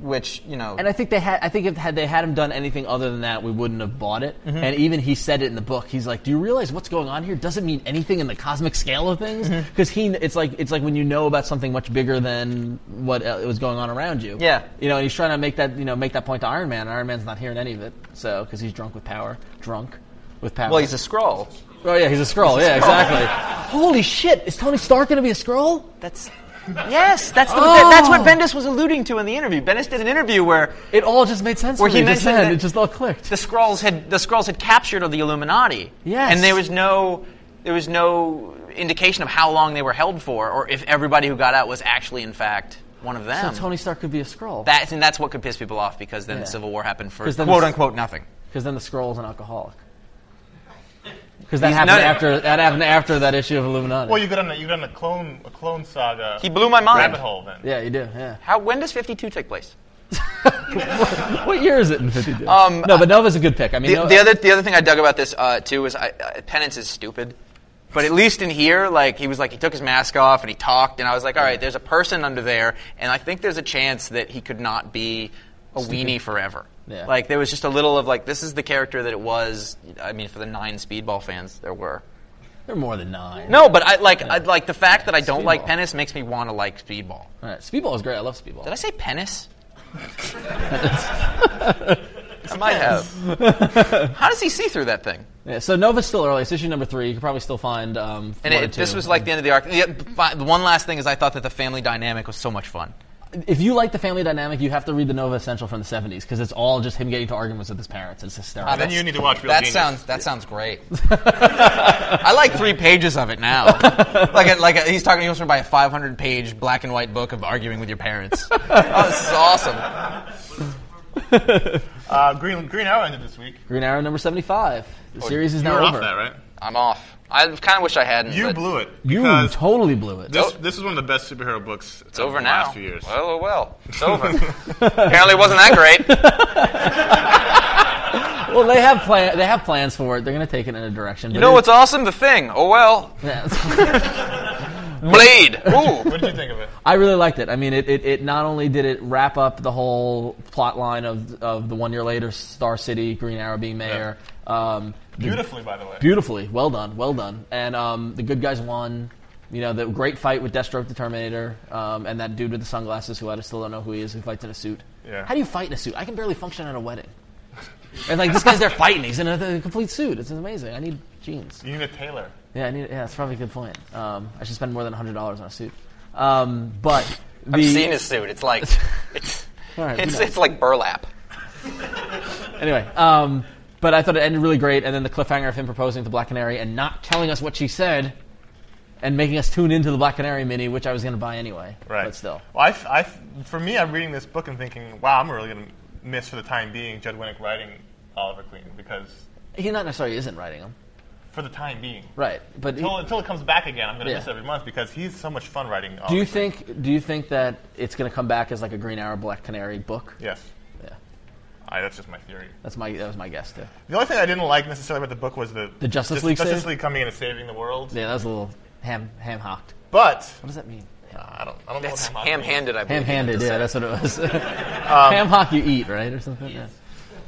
[SPEAKER 1] which you know.
[SPEAKER 3] and I think they had. I think if had they had him done anything other than that, we wouldn't have bought it.
[SPEAKER 1] Mm-hmm.
[SPEAKER 3] And even he said it in the book. He's like, "Do you realize what's going on here? Doesn't mean anything in the cosmic scale of things."
[SPEAKER 1] Mm-hmm.
[SPEAKER 3] Because he, it's like it's like when you know about something much bigger than what uh, was going on around you.
[SPEAKER 1] Yeah.
[SPEAKER 3] You know, and he's trying to make that you know make that point to Iron Man. And Iron Man's not hearing any of it. So because he's drunk with power, drunk with power.
[SPEAKER 1] well, he's a scroll.
[SPEAKER 3] oh yeah, he's a scroll. yeah, exactly. Holy shit! Is Tony Stark going to be a scroll?
[SPEAKER 1] That's yes, that's the,
[SPEAKER 3] Oh.
[SPEAKER 1] that's what Bendis was alluding to in the interview. Bendis did an interview where
[SPEAKER 3] It all just made sense.
[SPEAKER 1] Where
[SPEAKER 3] to
[SPEAKER 1] he
[SPEAKER 3] me just
[SPEAKER 1] mentioned
[SPEAKER 3] then.
[SPEAKER 1] that-
[SPEAKER 3] it just all clicked.
[SPEAKER 1] the scrolls had the scrolls had captured the Illuminati.
[SPEAKER 3] Yes.
[SPEAKER 1] and there was no there was no indication of how long they were held for, or if everybody who got out was actually in fact one of them.
[SPEAKER 3] so Tony Stark could be a scroll.
[SPEAKER 1] that's and that's what could piss people off because then
[SPEAKER 3] Yeah.
[SPEAKER 1] the Civil War happened for
[SPEAKER 3] 'Cause then
[SPEAKER 1] quote
[SPEAKER 3] the-
[SPEAKER 1] unquote nothing.
[SPEAKER 3] Because then the scroll's an alcoholic. Because that
[SPEAKER 1] He's
[SPEAKER 3] happened
[SPEAKER 1] not-
[SPEAKER 3] after that happened after that issue of Illuminati.
[SPEAKER 4] Well, you got on a, you got on a clone a clone saga.
[SPEAKER 1] He blew my mind.
[SPEAKER 4] rabbit hole. Then
[SPEAKER 3] yeah, you do. Yeah.
[SPEAKER 1] How when does fifty two take place?
[SPEAKER 3] What year is it in '52? Um, no, but Nova's a good pick. I mean,
[SPEAKER 1] the,
[SPEAKER 3] Nova-
[SPEAKER 1] the other the other thing I dug about this uh, too is I, uh, penance is stupid, but at least in here, like he was like he took his mask off and he talked, and I was like, all right, there's a person under there, and I think there's a chance that he could not be a weenie forever.
[SPEAKER 3] Yeah.
[SPEAKER 1] Like there was just a little of like this is the character that it was. I mean, for the nine Speedball fans, there were.
[SPEAKER 3] they're more than nine.
[SPEAKER 1] No, but I like I, like the fact that I don't like
[SPEAKER 3] Speedball.
[SPEAKER 1] Penance makes me want to like Speedball.
[SPEAKER 3] All right, Speedball is great. I love Speedball.
[SPEAKER 1] Did I say penis? I might have. How does he see through that thing?
[SPEAKER 3] Yeah, so Nova's still early. It's issue number three. You can probably still find. Um,
[SPEAKER 1] And
[SPEAKER 3] one or
[SPEAKER 1] it, this
[SPEAKER 3] two.
[SPEAKER 1] was like the end of the arc. The, fi- the one last thing is I thought that the family dynamic was so much fun.
[SPEAKER 3] if you like the family dynamic, you have to read the Nova Essential from the '70s because it's all just him getting to arguments with his parents. It's hysterical.
[SPEAKER 4] then you need to watch Real
[SPEAKER 5] that
[SPEAKER 4] Genius.
[SPEAKER 5] sounds that sounds great. I like three pages of it now. Like a, like a, he's talking. He wants me to buy a 500 page black and white book of arguing with your parents. oh, this is awesome.
[SPEAKER 4] uh, Green Green Arrow ended this week.
[SPEAKER 3] Green Arrow number '75.
[SPEAKER 1] Oh,
[SPEAKER 3] The series is
[SPEAKER 4] You
[SPEAKER 3] now
[SPEAKER 4] were
[SPEAKER 3] over.
[SPEAKER 4] off that, right?
[SPEAKER 1] I'm off. I kind of wish I hadn't.
[SPEAKER 4] You
[SPEAKER 1] but
[SPEAKER 4] blew it.
[SPEAKER 3] You
[SPEAKER 4] because
[SPEAKER 3] totally blew it.
[SPEAKER 4] This, this is one of the best superhero books.
[SPEAKER 1] It's over
[SPEAKER 4] the
[SPEAKER 1] now.
[SPEAKER 4] Last few years.
[SPEAKER 1] Well, oh well. It's over. Apparently, it wasn't that great.
[SPEAKER 3] Well, they have plan. They have plans for it. They're going to take it in a direction.
[SPEAKER 1] You know what's awesome? The thing. Oh well. Blade. Ooh.
[SPEAKER 4] What did you think of it?
[SPEAKER 3] I really liked it. I mean, it, it, it not only did it wrap up the whole plot line of, of the one year later Star City, Green Arrow being mayor. Um, the-
[SPEAKER 4] Beautifully, by the way.
[SPEAKER 3] beautifully. Well done. Well done. And um, the good guys won. You know, the great fight with Deathstroke the Terminator um, and that dude with the sunglasses who I still don't know who he is who fights in a suit.
[SPEAKER 4] Yeah.
[SPEAKER 3] How do you fight in a suit? I can barely function at a wedding. And like this guy's there fighting. He's in a, a complete suit. It's amazing. I need jeans.
[SPEAKER 4] You need a tailor.
[SPEAKER 3] Yeah, I need, yeah, that's probably a good point. Um, I should spend more than hundred dollars on a suit. Um, but the,
[SPEAKER 1] I've seen his suit. It's like it's
[SPEAKER 3] All right,
[SPEAKER 1] it's,
[SPEAKER 3] we know.
[SPEAKER 1] it's like burlap.
[SPEAKER 3] anyway. Um, but I thought it ended really great, and then the cliffhanger of him proposing to Black Canary and not telling us what she said, and making us tune into the Black Canary mini, which I was going to buy anyway.
[SPEAKER 4] Right.
[SPEAKER 3] But still,
[SPEAKER 4] Well, I f- I f- for me, I'm reading this book and thinking, wow, I'm really going to miss for the time being Judd Winnick writing Oliver Queen because
[SPEAKER 3] he not necessarily isn't writing them.
[SPEAKER 4] for the time being.
[SPEAKER 3] Right. But he-
[SPEAKER 4] Until, until it comes back again, I'm going to
[SPEAKER 3] Yeah.
[SPEAKER 4] miss every month because he's so much fun writing.
[SPEAKER 3] do you
[SPEAKER 4] Oliver Queen.
[SPEAKER 3] think do you think that it's going to come back as like a Green Arrow Black Canary book?
[SPEAKER 4] Yes.
[SPEAKER 3] Yeah.
[SPEAKER 4] I, that's just my theory.
[SPEAKER 3] That's my that was my guess too.
[SPEAKER 4] The only thing I didn't like necessarily about the book was the
[SPEAKER 3] The Justice
[SPEAKER 4] Jus-
[SPEAKER 3] League
[SPEAKER 4] Justice
[SPEAKER 3] save?
[SPEAKER 4] League coming in and saving the world.
[SPEAKER 3] Yeah, that was a little ham ham hocked.
[SPEAKER 4] But
[SPEAKER 3] What does that mean?
[SPEAKER 4] I don't. I don't
[SPEAKER 1] It's
[SPEAKER 4] know. what Hammock means.
[SPEAKER 1] ham-handed. I believe.
[SPEAKER 3] Ham handed. Yeah, that's what it was. ham hock you eat right or something. Yeah.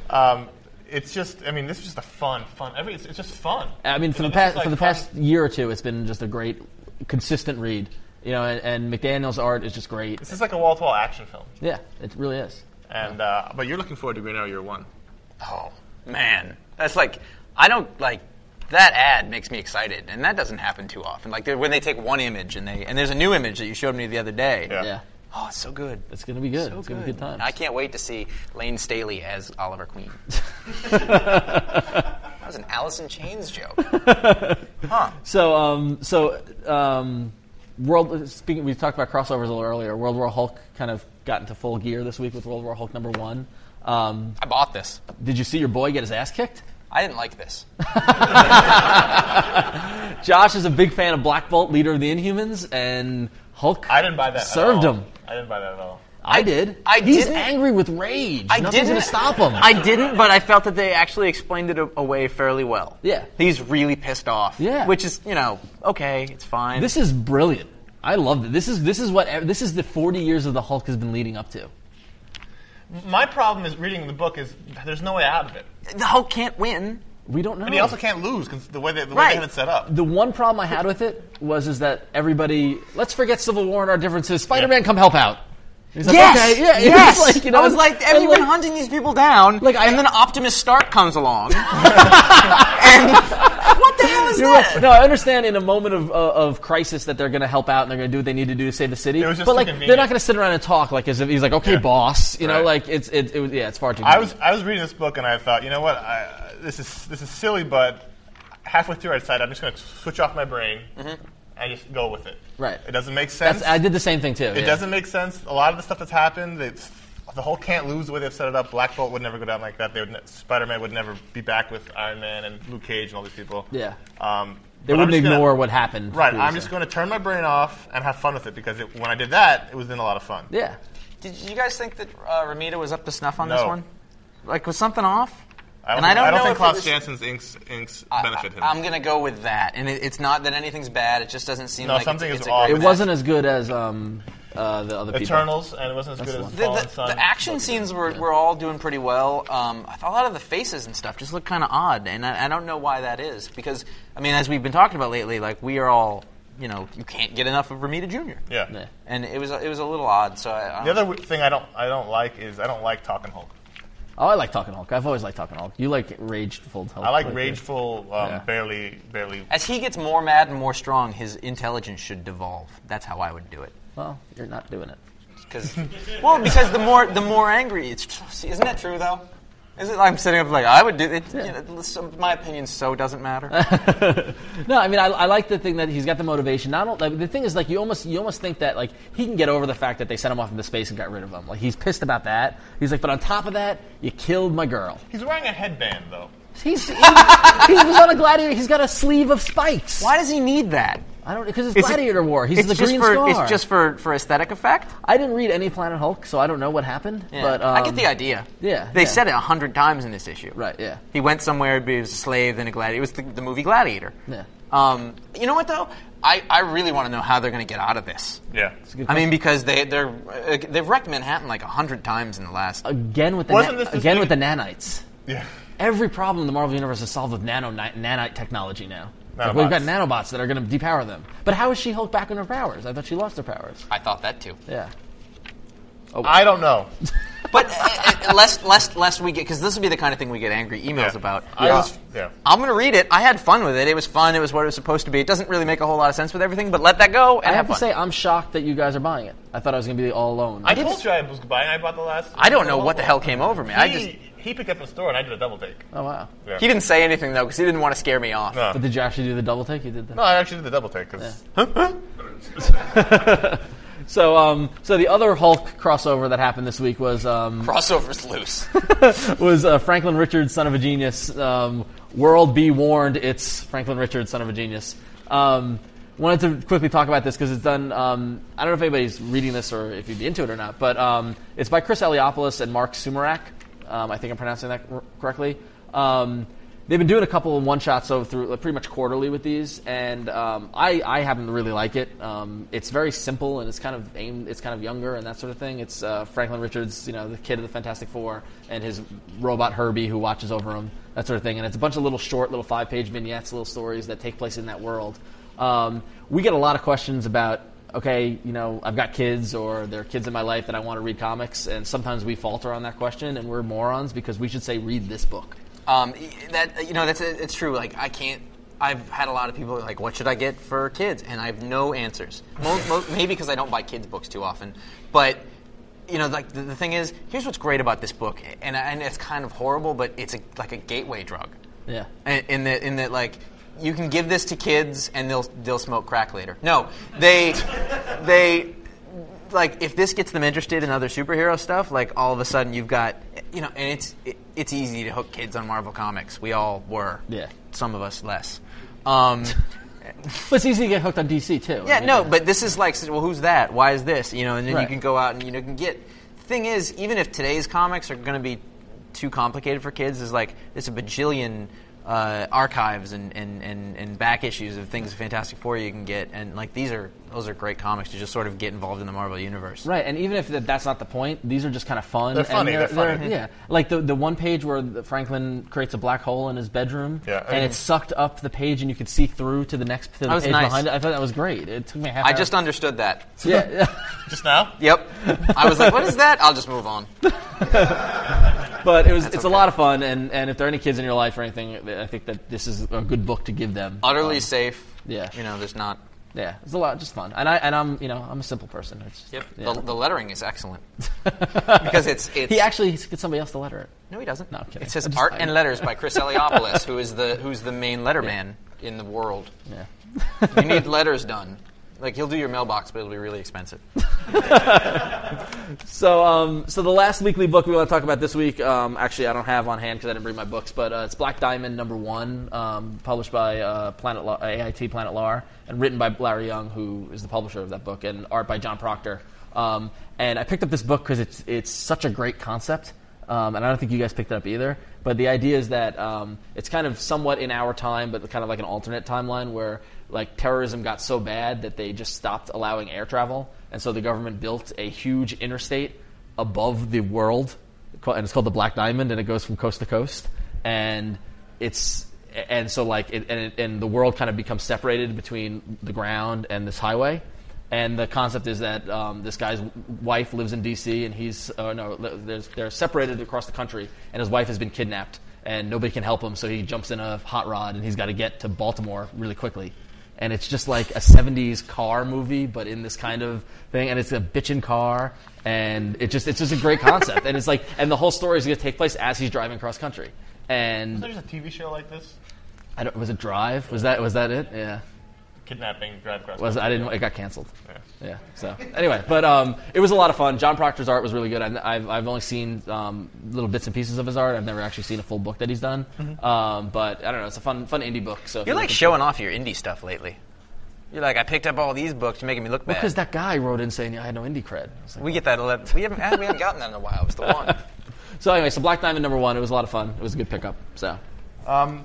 [SPEAKER 4] Um, it's just. I mean, this is just a fun, fun. Every. It's, it's just fun.
[SPEAKER 3] I mean, for
[SPEAKER 4] You know,
[SPEAKER 3] the
[SPEAKER 4] this is
[SPEAKER 3] past
[SPEAKER 4] like
[SPEAKER 3] for the
[SPEAKER 4] fun-
[SPEAKER 3] past year or two, it's been just a great, consistent read. You know, and, and McDaniel's art is just great.
[SPEAKER 4] This is like a wall-to-wall action film.
[SPEAKER 3] Yeah, it really is.
[SPEAKER 4] And uh, but you're looking forward to Green Arrow Year One.
[SPEAKER 1] Oh man, that's like I don't like that ad makes me excited, and that doesn't happen too often. Like they're- when they take one image and they and there's a new image that you showed me the other day.
[SPEAKER 4] Yeah.
[SPEAKER 3] Yeah.
[SPEAKER 7] Oh, it's so good.
[SPEAKER 3] It's gonna be good. it's gonna be good time.
[SPEAKER 7] I can't wait to see Lane Staley as Oliver Queen. that was an Alice in Chains joke.
[SPEAKER 3] So, um, so um, world. Speaking, we talked about crossovers a little earlier. World War Hulk kind of got into full gear this week with World War Hulk number one. Um,
[SPEAKER 7] I bought this.
[SPEAKER 3] did you see your boy get his ass kicked?
[SPEAKER 7] I didn't like this.
[SPEAKER 3] Josh is a big fan of Black Bolt, leader of the Inhumans, and Hulk.
[SPEAKER 4] I didn't buy that. at
[SPEAKER 3] Served
[SPEAKER 4] all.
[SPEAKER 3] him.
[SPEAKER 4] I didn't buy that at all.
[SPEAKER 3] I did.
[SPEAKER 7] I
[SPEAKER 3] He's
[SPEAKER 7] didn't-
[SPEAKER 3] angry with rage.
[SPEAKER 7] I
[SPEAKER 3] Nothing's
[SPEAKER 7] didn't-
[SPEAKER 3] gonna stop him.
[SPEAKER 1] I didn't, but I felt that they actually explained it a- away fairly well.
[SPEAKER 3] Yeah.
[SPEAKER 1] He's really pissed off.
[SPEAKER 3] Yeah.
[SPEAKER 1] Which is, you know, okay, it's fine.
[SPEAKER 3] this is brilliant. I love it. This is this is what ev- this is the 40 years of the Hulk has been leading up to.
[SPEAKER 4] My problem is reading the book is there's no way out of it,
[SPEAKER 1] the Hulk can't win.
[SPEAKER 3] We don't know.
[SPEAKER 4] and he also can't lose because the way they, the way
[SPEAKER 1] Right.
[SPEAKER 4] they have it set up.
[SPEAKER 3] the one problem I had with it was is that everybody let's forget Civil War and our differences. Spider Man, come help out. He's like,
[SPEAKER 1] Yes.
[SPEAKER 3] okay, yeah, it was
[SPEAKER 1] yes.
[SPEAKER 3] like, you
[SPEAKER 1] I
[SPEAKER 3] know,
[SPEAKER 1] was like,
[SPEAKER 3] and
[SPEAKER 1] have you been
[SPEAKER 3] like-
[SPEAKER 1] hunting these people down?
[SPEAKER 3] Like, I-
[SPEAKER 1] and then Optimus Stark comes along. and what the hell is
[SPEAKER 3] You're
[SPEAKER 1] that?
[SPEAKER 3] right. No, I understand in a moment of, uh, of crisis that they're going to help out and they're going to do what they need to do to save the city.
[SPEAKER 4] It was just
[SPEAKER 3] but like,
[SPEAKER 4] inconvenient.
[SPEAKER 3] they're not going to sit around and talk like as if he's like, okay, boss, you know,
[SPEAKER 4] Right.
[SPEAKER 3] like it's it, it was- yeah, it's far too.
[SPEAKER 4] I was I was reading this book and I thought, you know what, I, this is this is silly, but halfway through I decided I'm just going to switch off my brain and just go with it.
[SPEAKER 3] Right.
[SPEAKER 4] It doesn't make sense.
[SPEAKER 3] That's, I did the same thing too.
[SPEAKER 4] It doesn't make sense. A lot of the stuff that's happened, it's, the whole can't lose the way they've set it up. Black Bolt would never go down like that. They would ne- Spider-Man would never be back with Iron Man and Luke Cage and all these people.
[SPEAKER 3] Yeah.
[SPEAKER 4] Um,
[SPEAKER 3] They
[SPEAKER 4] but I'm
[SPEAKER 3] wouldn't
[SPEAKER 4] just gonna-
[SPEAKER 3] ignore what happened.
[SPEAKER 4] Right. I'm
[SPEAKER 3] previously.
[SPEAKER 4] just going to turn my brain off and have fun with it because it, when I did that, it was then a lot of fun.
[SPEAKER 3] Yeah.
[SPEAKER 1] Did you guys think that uh, Ramita was up to snuff on this
[SPEAKER 4] No.
[SPEAKER 1] one? Like, was something off?
[SPEAKER 4] I don't
[SPEAKER 1] And I
[SPEAKER 4] think,
[SPEAKER 1] don't
[SPEAKER 4] I don't
[SPEAKER 1] know
[SPEAKER 4] think
[SPEAKER 1] if it
[SPEAKER 4] Klaus
[SPEAKER 1] was-
[SPEAKER 4] Jansen's inks, inks
[SPEAKER 1] I-
[SPEAKER 4] benefit him.
[SPEAKER 1] I, am gonna go with that, and it, it's not that anything's bad. It just doesn't seem
[SPEAKER 4] No,
[SPEAKER 1] like
[SPEAKER 4] something
[SPEAKER 1] it's,
[SPEAKER 4] is
[SPEAKER 1] it's a
[SPEAKER 4] off.
[SPEAKER 1] great
[SPEAKER 3] It
[SPEAKER 1] match.
[SPEAKER 3] wasn't as good as um, uh, the other people.
[SPEAKER 4] Eternals, and it wasn't as good as
[SPEAKER 3] the
[SPEAKER 1] The,
[SPEAKER 4] Fallen
[SPEAKER 1] the,
[SPEAKER 4] Sun.
[SPEAKER 1] the action scenes were, were all doing pretty well. Um, I thought a lot of the faces and stuff just looked kind of odd, and I, I don't know why that is. Because I mean, as we've been talking about lately, like we are all, you know, you can't get enough of Ramita Jr.
[SPEAKER 4] Yeah.
[SPEAKER 3] Yeah.
[SPEAKER 1] and it was it was a little odd. So I, I
[SPEAKER 4] The
[SPEAKER 1] don't-
[SPEAKER 4] other w- thing I don't I don't like is I don't like Talking Hulk.
[SPEAKER 3] Oh, I like talking Hulk. I've always liked talking Hulk. You like rageful Hulk.
[SPEAKER 4] I like
[SPEAKER 3] right?
[SPEAKER 4] rageful, um,
[SPEAKER 3] Yeah.
[SPEAKER 4] barely barely
[SPEAKER 1] as he gets more mad and more strong, his intelligence should devolve. That's how I would do it.
[SPEAKER 3] Well, you're not doing it.
[SPEAKER 1] Because well, because the more the more angry it's. tr- see, Isn't that true though? Is it? I'm sitting up like I would do it. you know, so- my opinion so doesn't matter.
[SPEAKER 3] No, I mean, I, I like the thing that he's got the motivation. Not all, like, the thing is, like, you almost you almost think that like he can get over the fact that they sent him off into space and got rid of him. Like, he's pissed about that. He's like, but on top of that, you killed my girl.
[SPEAKER 4] He's wearing a headband though.
[SPEAKER 3] He's he's, he's on a gladiator. He's got a sleeve of spikes.
[SPEAKER 1] Why does he need that?
[SPEAKER 3] I don't because it's
[SPEAKER 1] Is it-
[SPEAKER 3] gladiator war. He's
[SPEAKER 1] it's
[SPEAKER 3] the
[SPEAKER 1] just
[SPEAKER 3] green
[SPEAKER 1] for,
[SPEAKER 3] star.
[SPEAKER 1] It's just for, for aesthetic effect.
[SPEAKER 3] I didn't read any Planet Hulk, so I don't know what happened.
[SPEAKER 1] Yeah.
[SPEAKER 3] But um,
[SPEAKER 1] I get the idea.
[SPEAKER 3] yeah,
[SPEAKER 1] they
[SPEAKER 3] yeah.
[SPEAKER 1] said it a hundred times in this issue.
[SPEAKER 3] Right. Yeah.
[SPEAKER 1] He went somewhere, he was a slave, then a gladiator. It was the, the movie Gladiator.
[SPEAKER 3] Yeah.
[SPEAKER 1] Um, you know what though? I, I really want to know how they're going to get out of this.
[SPEAKER 4] Yeah.
[SPEAKER 1] I mean, because they they're uh, they've wrecked Manhattan like a hundred times in the last.
[SPEAKER 3] Again with the
[SPEAKER 4] Wasn't
[SPEAKER 3] na-
[SPEAKER 4] this the
[SPEAKER 3] again
[SPEAKER 4] thing-
[SPEAKER 3] with the nanites.
[SPEAKER 4] Yeah.
[SPEAKER 3] Every problem in the Marvel universe is solved with nano ni- nanite technology now. Like,
[SPEAKER 4] Nanobots.
[SPEAKER 3] we've got nanobots that are going to depower them. But how is she Hulk back on her powers? I thought she lost her powers.
[SPEAKER 1] I thought that too.
[SPEAKER 3] Yeah.
[SPEAKER 4] I don't know.
[SPEAKER 1] But uh, uh, lest lest lest we get because this would be the kind of thing we get angry emails
[SPEAKER 4] Yeah.
[SPEAKER 1] about.
[SPEAKER 4] I
[SPEAKER 1] Uh,
[SPEAKER 4] was- yeah.
[SPEAKER 1] I'm gonna read it. I had fun with it. It was fun. It was what it was supposed to be. It doesn't really make a whole lot of sense with everything, but let that go and
[SPEAKER 3] I
[SPEAKER 1] have
[SPEAKER 3] have to
[SPEAKER 1] fun.
[SPEAKER 3] say, I'm shocked that you guys are buying it. I thought I was going to be all alone.
[SPEAKER 4] I told you I was buying. I bought the last.
[SPEAKER 1] I don't know what the hell came over me.
[SPEAKER 4] He,
[SPEAKER 1] I just
[SPEAKER 4] he picked up the store and I did a double take.
[SPEAKER 3] Oh, wow.
[SPEAKER 4] Yeah.
[SPEAKER 1] he didn't say anything though because he didn't want to scare me off.
[SPEAKER 4] No.
[SPEAKER 3] But did you actually do the double take? You did that.
[SPEAKER 4] No, Oh, I actually did the double take because
[SPEAKER 3] So, um, so the other Hulk crossover that happened this week was um,
[SPEAKER 1] Crossover's loose.
[SPEAKER 3] was uh, Franklin Richards, son of a genius. Um, world be warned, it's Franklin Richards, son of a genius. Um, wanted to quickly talk about this because it's done. Um, I don't know if anybody's reading this or if you'd be into it or not, but um, it's by Chris Eliopoulos and Mark Sumerak. Um, I think I'm pronouncing that r- correctly. Um, they've been doing a couple of one shots over through like, pretty much quarterly with these, and um, I, I happen to really like it. Um, it's very simple and it's kind of aimed, it's kind of younger and that sort of thing. It's uh, Franklin Richards, you know, the kid of the Fantastic Four, and his robot Herbie who watches over him, that sort of thing. And it's a bunch of little short, little five page vignettes, little stories that take place in that world. Um, we get a lot of questions about okay, you know, I've got kids or there are kids in my life that I want to read comics, and sometimes we falter on that question and we're morons because we should say read this book.
[SPEAKER 1] Um, that you know, that's it's true. Like I can't I've had a lot of people like, what should I get for kids? And I have no answers. Mo- mo- maybe because I don't buy kids' books too often. But, you know, like the, the thing is, here's what's great about this book, and, and it's kind of horrible, but it's a, like a gateway drug.
[SPEAKER 3] Yeah.
[SPEAKER 1] In, in that, in that, like, you can give this to kids and they'll they'll smoke crack later. No, they they like if this gets them interested in other superhero stuff, like all of a sudden you've got you know, and it's it, it's easy to hook kids on Marvel comics. We all were,
[SPEAKER 3] Yeah.
[SPEAKER 1] Some of us less. Um,
[SPEAKER 3] But it's easy to get hooked on DC too.
[SPEAKER 1] yeah, no, but this is like, well, who's that? Why is this? You know, and then you
[SPEAKER 3] Right.
[SPEAKER 1] can go out and you know can get. Thing is, even if today's comics are going to be too complicated for kids, is like there's a bajillion uh, archives and, and, and, and back issues of things Fantastic Four you can get, and like these are those are great comics to just sort of get involved in the Marvel universe.
[SPEAKER 3] Right, and even if that- that's not the point, these are just kind of fun.
[SPEAKER 4] They're
[SPEAKER 3] and
[SPEAKER 4] funny, they're funny.
[SPEAKER 3] Yeah, like the the one page where the Franklin creates a black hole in his bedroom,
[SPEAKER 4] Yeah, I
[SPEAKER 3] and
[SPEAKER 4] mean-
[SPEAKER 3] it sucked up the page, and you could see through to the next to the
[SPEAKER 1] That was
[SPEAKER 3] page
[SPEAKER 1] nice.
[SPEAKER 3] behind it. I thought that was great. It took me a half.
[SPEAKER 1] I
[SPEAKER 3] hour.
[SPEAKER 1] just understood that.
[SPEAKER 3] yeah,
[SPEAKER 4] Just now?
[SPEAKER 1] Yep. I was like, what is that? I'll just move on.
[SPEAKER 3] but it was it's a
[SPEAKER 1] okay.
[SPEAKER 3] lot of fun, and and if there are any kids in your life or anything, I think that this is a good book to give them.
[SPEAKER 1] Utterly safe.
[SPEAKER 3] Um, yeah.
[SPEAKER 1] You know, there's not.
[SPEAKER 3] Yeah, it's a lot, just fun, and I and I'm you know I'm a simple person. It's just,
[SPEAKER 1] Yep.
[SPEAKER 3] yeah.
[SPEAKER 1] The, the lettering is excellent because it's it's
[SPEAKER 3] he actually gets somebody else to letter it.
[SPEAKER 1] No, he doesn't.
[SPEAKER 3] No, I'm kidding.
[SPEAKER 1] It says
[SPEAKER 3] I'm just-
[SPEAKER 1] Art
[SPEAKER 3] I-
[SPEAKER 1] and Letters by Chris Eliopoulos, who is the who's the main letterman in the world.
[SPEAKER 3] Yeah.
[SPEAKER 1] You need letters done. Like he'll do your mailbox, but it'll be really expensive.
[SPEAKER 3] So, um, so the last weekly book we want to talk about this week, um, actually, I don't have on hand because I didn't bring my books, but uh, it's Black Diamond number one, um, published by uh, Planet Lar- AIT Planet Lar, and written by Larry Young, who is the publisher of that book, and art by John Proctor. Um, and I picked up this book because it's it's such a great concept, um, and I don't think you guys picked it up either. But the idea is that um, it's kind of somewhat in our time, but kind of like an alternate timeline where like terrorism got so bad that they just stopped allowing air travel, and so the government built a huge interstate above the world, ca- and it's called the Black Diamond, and it goes from coast to coast, and it's and so like it, and it, and the world kind of becomes separated between the ground and this highway, and the concept is that um, this guy's w- wife lives in D.C. and he's uh, no li- there's, they're separated across the country, and his wife has been kidnapped, and nobody can help him, so he jumps in a hot rod, and he's got to get to Baltimore really quickly and it's just like a 70s car movie but in this kind of thing and it's a bitchin' car and it just it's just a great concept and it's like and the whole story is going to take place as he's driving cross country and
[SPEAKER 4] There's a TV show like this.
[SPEAKER 3] I don't, was it drive was that was that it yeah
[SPEAKER 4] Kidnapping, drive cross.
[SPEAKER 3] was I didn't it got canceled yeah so anyway but um, it was a lot of fun John Proctor's art was really good I've, I've, I've only seen um, little bits and pieces of his art I've never actually seen a full book that he's done um, but I don't know it's a fun fun indie book so if
[SPEAKER 1] You're
[SPEAKER 3] you're
[SPEAKER 1] like
[SPEAKER 3] looking-
[SPEAKER 1] showing off your indie stuff lately. You're like, I picked up all these books. You're making me look bad.
[SPEAKER 3] because that guy wrote in saying I had no indie cred I was like,
[SPEAKER 1] we get that. Ele- we haven't we haven't gotten that in a while. It's the one.
[SPEAKER 3] So anyway, so Black Diamond number one. It was a lot of fun. It was a good pickup. So
[SPEAKER 4] Um,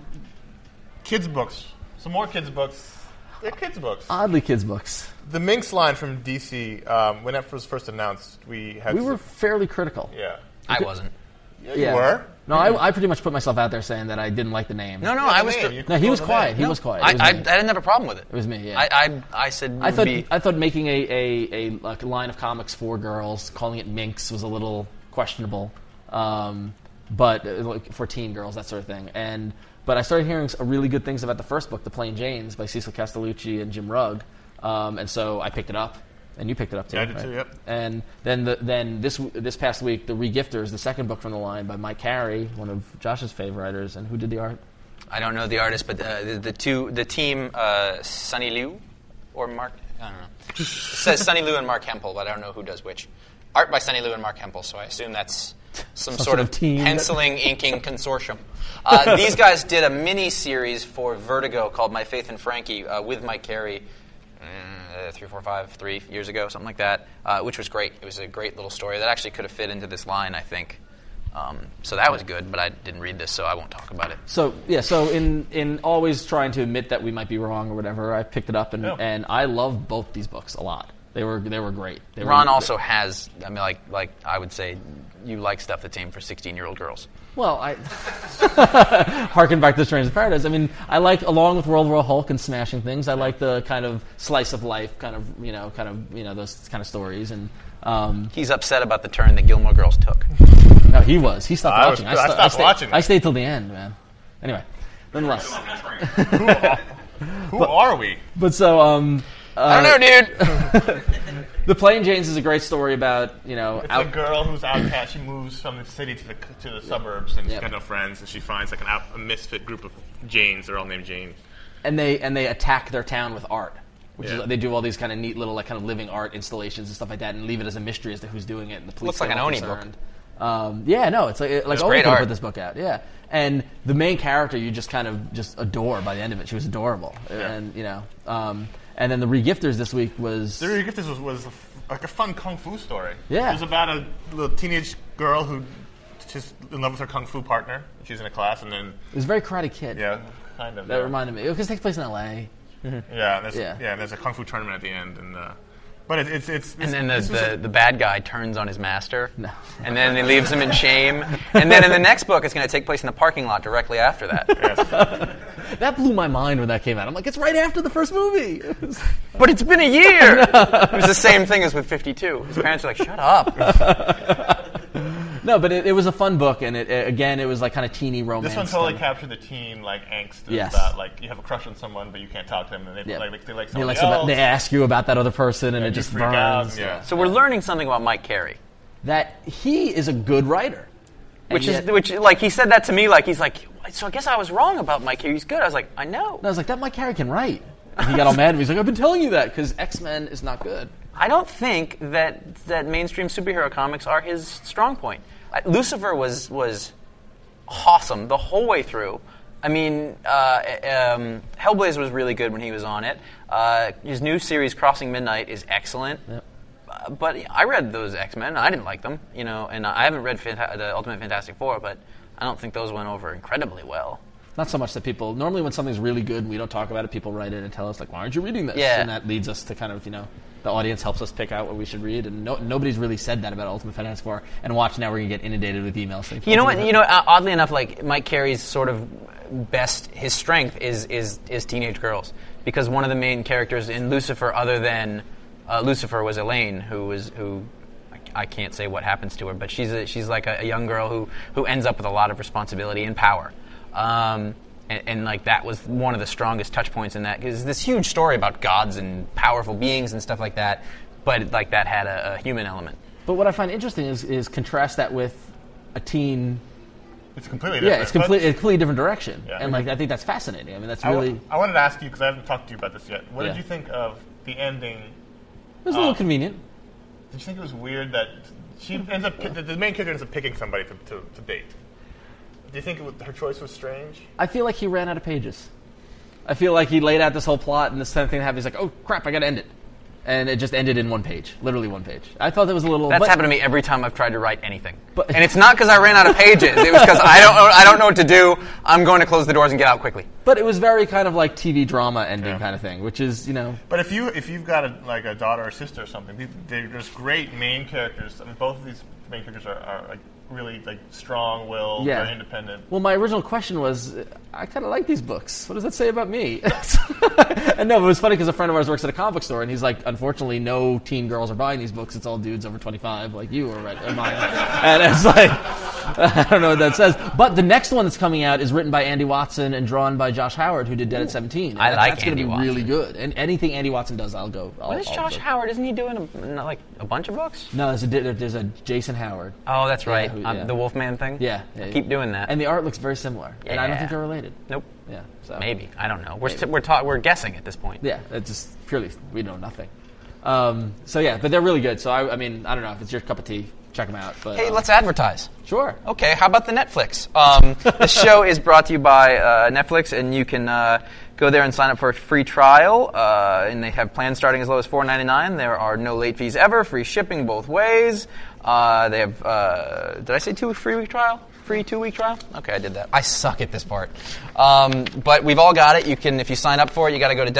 [SPEAKER 4] kids books. Some more kids books. They're kids books.
[SPEAKER 1] Uh,
[SPEAKER 3] oddly kids books.
[SPEAKER 4] the Minx line from DC, um, when it was first announced, we had.
[SPEAKER 3] We were fairly critical.
[SPEAKER 4] Yeah.
[SPEAKER 1] I wasn't.
[SPEAKER 4] Yeah,
[SPEAKER 3] Yeah.
[SPEAKER 4] You were.
[SPEAKER 3] No, I, I pretty much put myself out there saying that I didn't like the name.
[SPEAKER 1] No, no, I
[SPEAKER 4] the
[SPEAKER 1] was.
[SPEAKER 4] name,
[SPEAKER 1] the-
[SPEAKER 4] you could
[SPEAKER 3] Mm-hmm. No, he
[SPEAKER 4] call
[SPEAKER 3] was
[SPEAKER 4] the
[SPEAKER 3] quiet.
[SPEAKER 4] name.
[SPEAKER 3] He was quiet.
[SPEAKER 1] I,
[SPEAKER 3] It was
[SPEAKER 1] I, I
[SPEAKER 3] me.
[SPEAKER 1] didn't have a problem with it. It
[SPEAKER 3] was me, yeah.
[SPEAKER 1] I I, I said.
[SPEAKER 3] I
[SPEAKER 4] Mm-hmm.
[SPEAKER 1] would
[SPEAKER 3] thought
[SPEAKER 1] be-
[SPEAKER 3] I thought making a, a, a like line of comics for girls, calling it Minx, was a little questionable, um, but uh, like for teen girls, that sort of thing. And but I started hearing s- uh, really good things about the first book, The Plain Janes, by Cecil Castellucci and Jim Rugg, um, and so I picked it up, and you picked it up too.
[SPEAKER 4] Yeah, I did
[SPEAKER 3] right?
[SPEAKER 4] too, yep.
[SPEAKER 3] And then the, then this w- this past week, The Regifters, the second book from the line by Mike Carey, one of Josh's favorite writers, and who did the art?
[SPEAKER 1] I don't know the artist, but uh, the, the two, the team, uh, Sunny Liu or Mark, I don't know. It says Sunny Liu and Mark Hempel, but I don't know who does which. Art by Sunny Liu and Mark Hempel, so I assume that's some, sort,
[SPEAKER 3] sort
[SPEAKER 1] of,
[SPEAKER 3] of team.
[SPEAKER 1] penciling, inking consortium. Uh, these guys did a mini series for Vertigo called My Faith in Frankie uh, with Mike Carey. mm, uh, Three, four, five, three years ago, something like that, uh, which was great. It was a great little story that actually could have fit into this line, I think. Um, so that was good, but I didn't read this, so I won't talk about it.
[SPEAKER 3] So yeah, so in in always trying to admit that we might be wrong or whatever, I picked it up and
[SPEAKER 4] Yeah.
[SPEAKER 3] and I love both these books a lot. They were they were great. They were-
[SPEAKER 1] Ron also has. I mean, like, like I would say, you like stuff that's aimed for sixteen-year-old girls.
[SPEAKER 3] well, I harken back to Strains of Paradise. I mean, I like along with World War Hulk and smashing things. I like the kind of slice of life kind of you know kind of you know those kind of stories. And um,
[SPEAKER 1] He's upset about the turn that Gilmore Girls took.
[SPEAKER 3] Uh, no, he was he stopped
[SPEAKER 4] I was-
[SPEAKER 3] watching.
[SPEAKER 4] I
[SPEAKER 3] sta-
[SPEAKER 4] stopped
[SPEAKER 3] stayed,
[SPEAKER 4] watching.
[SPEAKER 3] I stayed till the end, man. Anyway, nonetheless.
[SPEAKER 4] Who are, who are we?
[SPEAKER 3] But so, um,
[SPEAKER 1] I don't know, dude.
[SPEAKER 3] the Plain Janes is a great story about you know
[SPEAKER 4] It's a
[SPEAKER 3] out-
[SPEAKER 4] girl who's outcast. She moves from the city to the c- to the suburbs, and she's got no friends. And she finds like an out, a misfit group of Janes. They're all named Jane.
[SPEAKER 3] and they and they attack their town with art. Which
[SPEAKER 4] Yeah.
[SPEAKER 3] is, they do all these kind of neat little like kind of living art installations and stuff like that, and leave it as a mystery as to who's doing it. And the police
[SPEAKER 1] Looks like
[SPEAKER 3] get
[SPEAKER 1] an
[SPEAKER 3] all
[SPEAKER 1] Oni book.
[SPEAKER 3] concerned. Um, yeah, no, it's like it- like
[SPEAKER 1] It's
[SPEAKER 3] Oni
[SPEAKER 1] great
[SPEAKER 3] could have
[SPEAKER 1] art.
[SPEAKER 3] put this book out. Yeah, and the main character you just kind of just adore by the end of it. She was adorable, and you know, um, and then the regifters this week was
[SPEAKER 4] The Gift was, was a f- like a fun kung fu story.
[SPEAKER 3] Yeah.
[SPEAKER 4] It was about a little teenage girl who just in love with her kung fu partner. She's in a class, and then
[SPEAKER 3] it was very Karate Kid.
[SPEAKER 4] yeah, kind of.
[SPEAKER 3] that
[SPEAKER 4] yeah.
[SPEAKER 3] reminded me because it takes place in L.A.
[SPEAKER 4] Yeah, and there's,
[SPEAKER 3] Yeah.
[SPEAKER 4] yeah. and there's a kung fu tournament at the end, and uh, but it, it's it's
[SPEAKER 1] And then the,
[SPEAKER 4] this was
[SPEAKER 1] the,
[SPEAKER 4] a-
[SPEAKER 1] the bad guy turns on his master. No. And then he leaves him in shame. And then in the next book, it's going to take place in the parking lot directly after that.
[SPEAKER 3] That blew my mind when that came out. I'm like, it's right after the first movie.
[SPEAKER 1] But it's been a year! It was the same thing as with 52. His parents were like, shut up.
[SPEAKER 3] no, but it, it was a fun book, and it, it- again, it was like kind of teeny romance.
[SPEAKER 4] this one totally
[SPEAKER 3] thing.
[SPEAKER 4] captured the teen like angst is
[SPEAKER 3] Yes.
[SPEAKER 4] about like you have a crush on someone but you can't talk to them, and they
[SPEAKER 3] Yeah.
[SPEAKER 4] like they like
[SPEAKER 3] they,
[SPEAKER 4] someone
[SPEAKER 3] like,
[SPEAKER 4] else.
[SPEAKER 3] some- they ask you about that other person, and it
[SPEAKER 4] and you
[SPEAKER 3] just
[SPEAKER 4] freak out,
[SPEAKER 3] burns.
[SPEAKER 4] Yeah.
[SPEAKER 1] So we're learning something about Mike Carey.
[SPEAKER 3] That he is a good writer, And
[SPEAKER 1] Which is,
[SPEAKER 3] yet-
[SPEAKER 1] which, like, he said that to me, like, he's like, so I guess I was wrong about Mike Carey. He's good. I was like, I know.
[SPEAKER 3] I was like, that Mike Carey can write. And he got all mad, and he's like, I've been telling you that because X Men is not good.
[SPEAKER 1] I don't think that that mainstream superhero comics are his strong point. I, Lucifer was was awesome the whole way through. I mean, uh, um, Hellblazer was really good when he was on it. Uh, his new series, Crossing Midnight, is excellent. Uh, but I read those X Men. I didn't like them, you know, and I haven't read Fanta- the Ultimate Fantastic Four, but I don't think those went over incredibly well.
[SPEAKER 3] Not so much that people normally when something's really good and we don't talk about it, people write it and tell us like, why aren't you reading this?
[SPEAKER 1] Yeah.
[SPEAKER 3] And that leads us to kind of you know. The audience helps us pick out what we should read, and no, nobody's really said that about Ultimate Fantastic Four. And watch now, we're gonna get inundated with emails. saying,
[SPEAKER 1] You know
[SPEAKER 3] "Ultimate
[SPEAKER 1] what? You know, uh, oddly enough, like Mike Carey's sort of best, his strength is is is teenage girls because one of the main characters in Lucifer, other than uh, Lucifer, was Elaine, who was who. I- I can't say what happens to her, but she's a, she's like a, a young girl who, who ends up with a lot of responsibility and power, um, and, and like that was one of the strongest touch points in that because this huge story about gods and powerful beings and stuff like that, but like that had a, a human element.
[SPEAKER 3] But what I find interesting is, is contrast that with a teen.
[SPEAKER 4] It's completely different.
[SPEAKER 3] Yeah, it's
[SPEAKER 4] but-
[SPEAKER 3] complete, a completely different direction,
[SPEAKER 4] Yeah.
[SPEAKER 3] and like I think that's fascinating. I mean, that's
[SPEAKER 4] I, wa-
[SPEAKER 3] really it
[SPEAKER 4] I wanted to ask you because I haven't talked to you about this yet. What
[SPEAKER 3] Yeah.
[SPEAKER 4] did you think of the ending?
[SPEAKER 3] was a little convenient.
[SPEAKER 4] Did you think it was weird that she ends up the, the main character ends up picking somebody to, to, to date? Do you think it, wa- her choice was strange?
[SPEAKER 3] I feel like he ran out of pages. I feel like he laid out this whole plot, and this kind of thing happened. He's like, "Oh crap, I got to end it," and it just ended in one page, literally one page. I thought that was a little.
[SPEAKER 1] That's
[SPEAKER 3] but-
[SPEAKER 1] happened to me every time I've tried to write anything.
[SPEAKER 3] But-
[SPEAKER 1] and it's not because I ran out of pages. It was because I don't, I don't know what to do. I'm going to close the doors and get out quickly.
[SPEAKER 3] But it was very kind of like TV drama ending
[SPEAKER 4] Yeah.
[SPEAKER 3] kind of thing, which is you know
[SPEAKER 4] But if you if you've got a, like a daughter or sister or something, these- they're just great main characters. I mean, both of these main characters are, are like really like strong willed,
[SPEAKER 3] Yeah.
[SPEAKER 4] very independent.
[SPEAKER 3] Well, my original question was, uh, I kind of like these books. What does that say about me? and no, but it was funny because a friend of ours works at a comic book store, and he's like, unfortunately, no teen girls are buying these books. It's all dudes over 25, like you or, right, or mine. and it's like, I don't know what that says. But the next one that's coming out is written by Andy Watson and drawn by Josh Howard, who did Dead at 17. And
[SPEAKER 1] I
[SPEAKER 3] that-
[SPEAKER 1] like
[SPEAKER 3] That's gonna
[SPEAKER 1] Andy
[SPEAKER 3] be
[SPEAKER 1] Watson.
[SPEAKER 3] really good. And anything Andy Watson does, I'll go. I'll,
[SPEAKER 1] What is
[SPEAKER 3] I'll
[SPEAKER 1] Josh
[SPEAKER 3] go.
[SPEAKER 1] Howard? Isn't he doing a, not like a bunch of books?
[SPEAKER 3] No, there's a, there's a Jason Howard.
[SPEAKER 1] Oh, that's right.
[SPEAKER 3] who-
[SPEAKER 1] Um,
[SPEAKER 3] yeah.
[SPEAKER 1] the Wolfman thing.
[SPEAKER 3] Yeah, yeah,
[SPEAKER 1] I keep
[SPEAKER 3] yeah.
[SPEAKER 1] doing that.
[SPEAKER 3] And the art looks very similar. And I don't
[SPEAKER 1] Yeah.
[SPEAKER 3] think they're related.
[SPEAKER 1] nope.
[SPEAKER 3] Yeah. So.
[SPEAKER 1] Maybe I don't know. We're st- we're ta- we're guessing at this point.
[SPEAKER 3] Yeah, it's just purely we know nothing. Um, so yeah, but they're really good. So I, I mean, I don't know if it's your cup of tea. Check them out. But
[SPEAKER 1] Hey,
[SPEAKER 3] um,
[SPEAKER 1] let's Oh. advertise.
[SPEAKER 3] sure.
[SPEAKER 1] Okay, how about the Netflix? Um, this show is brought to you by uh, Netflix, and you can uh, go there and sign up for a free trial. Uh, and they have plans starting as low as four ninety nine. There are no late fees ever, free shipping both ways. Uh, they have. Uh, did I say two free week trial? Free two week trial? Okay, I did that. I suck at this part. Um, but we've all got it. You can, if you sign up for it, you got to go to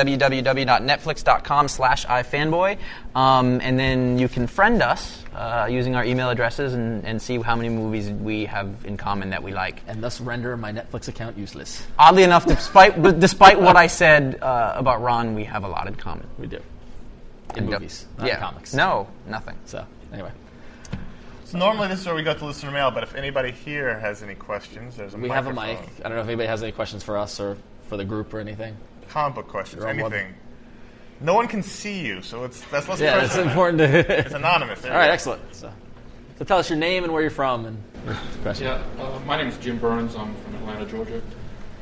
[SPEAKER 1] www.netflix.com/ifanboy, um, and then you can friend us uh, using our email addresses and, and see how many movies we have in common that we like.
[SPEAKER 3] And thus render my Netflix account useless.
[SPEAKER 1] Oddly enough, despite but despite what I said uh, about Ron, we have a lot in common.
[SPEAKER 3] We do in movies, not in
[SPEAKER 1] yeah.
[SPEAKER 3] comics.
[SPEAKER 1] No, nothing.
[SPEAKER 3] So anyway,
[SPEAKER 4] So normally this is where we go to listener mail, but if anybody here has any questions, there's a
[SPEAKER 3] We have a mic.
[SPEAKER 4] microphone.
[SPEAKER 3] I don't know if anybody has any questions for us or for the group or anything.
[SPEAKER 4] comic book questions,
[SPEAKER 3] They're on one.
[SPEAKER 4] anything. No one can see you, so it's that's less
[SPEAKER 3] Yeah, it's
[SPEAKER 4] personal.
[SPEAKER 3] important to.
[SPEAKER 4] It's anonymous.
[SPEAKER 3] All right, excellent. So, so tell us your name and where you're from and your question.
[SPEAKER 6] Yeah, uh, my name is Jim Burns. I'm from Atlanta, Georgia.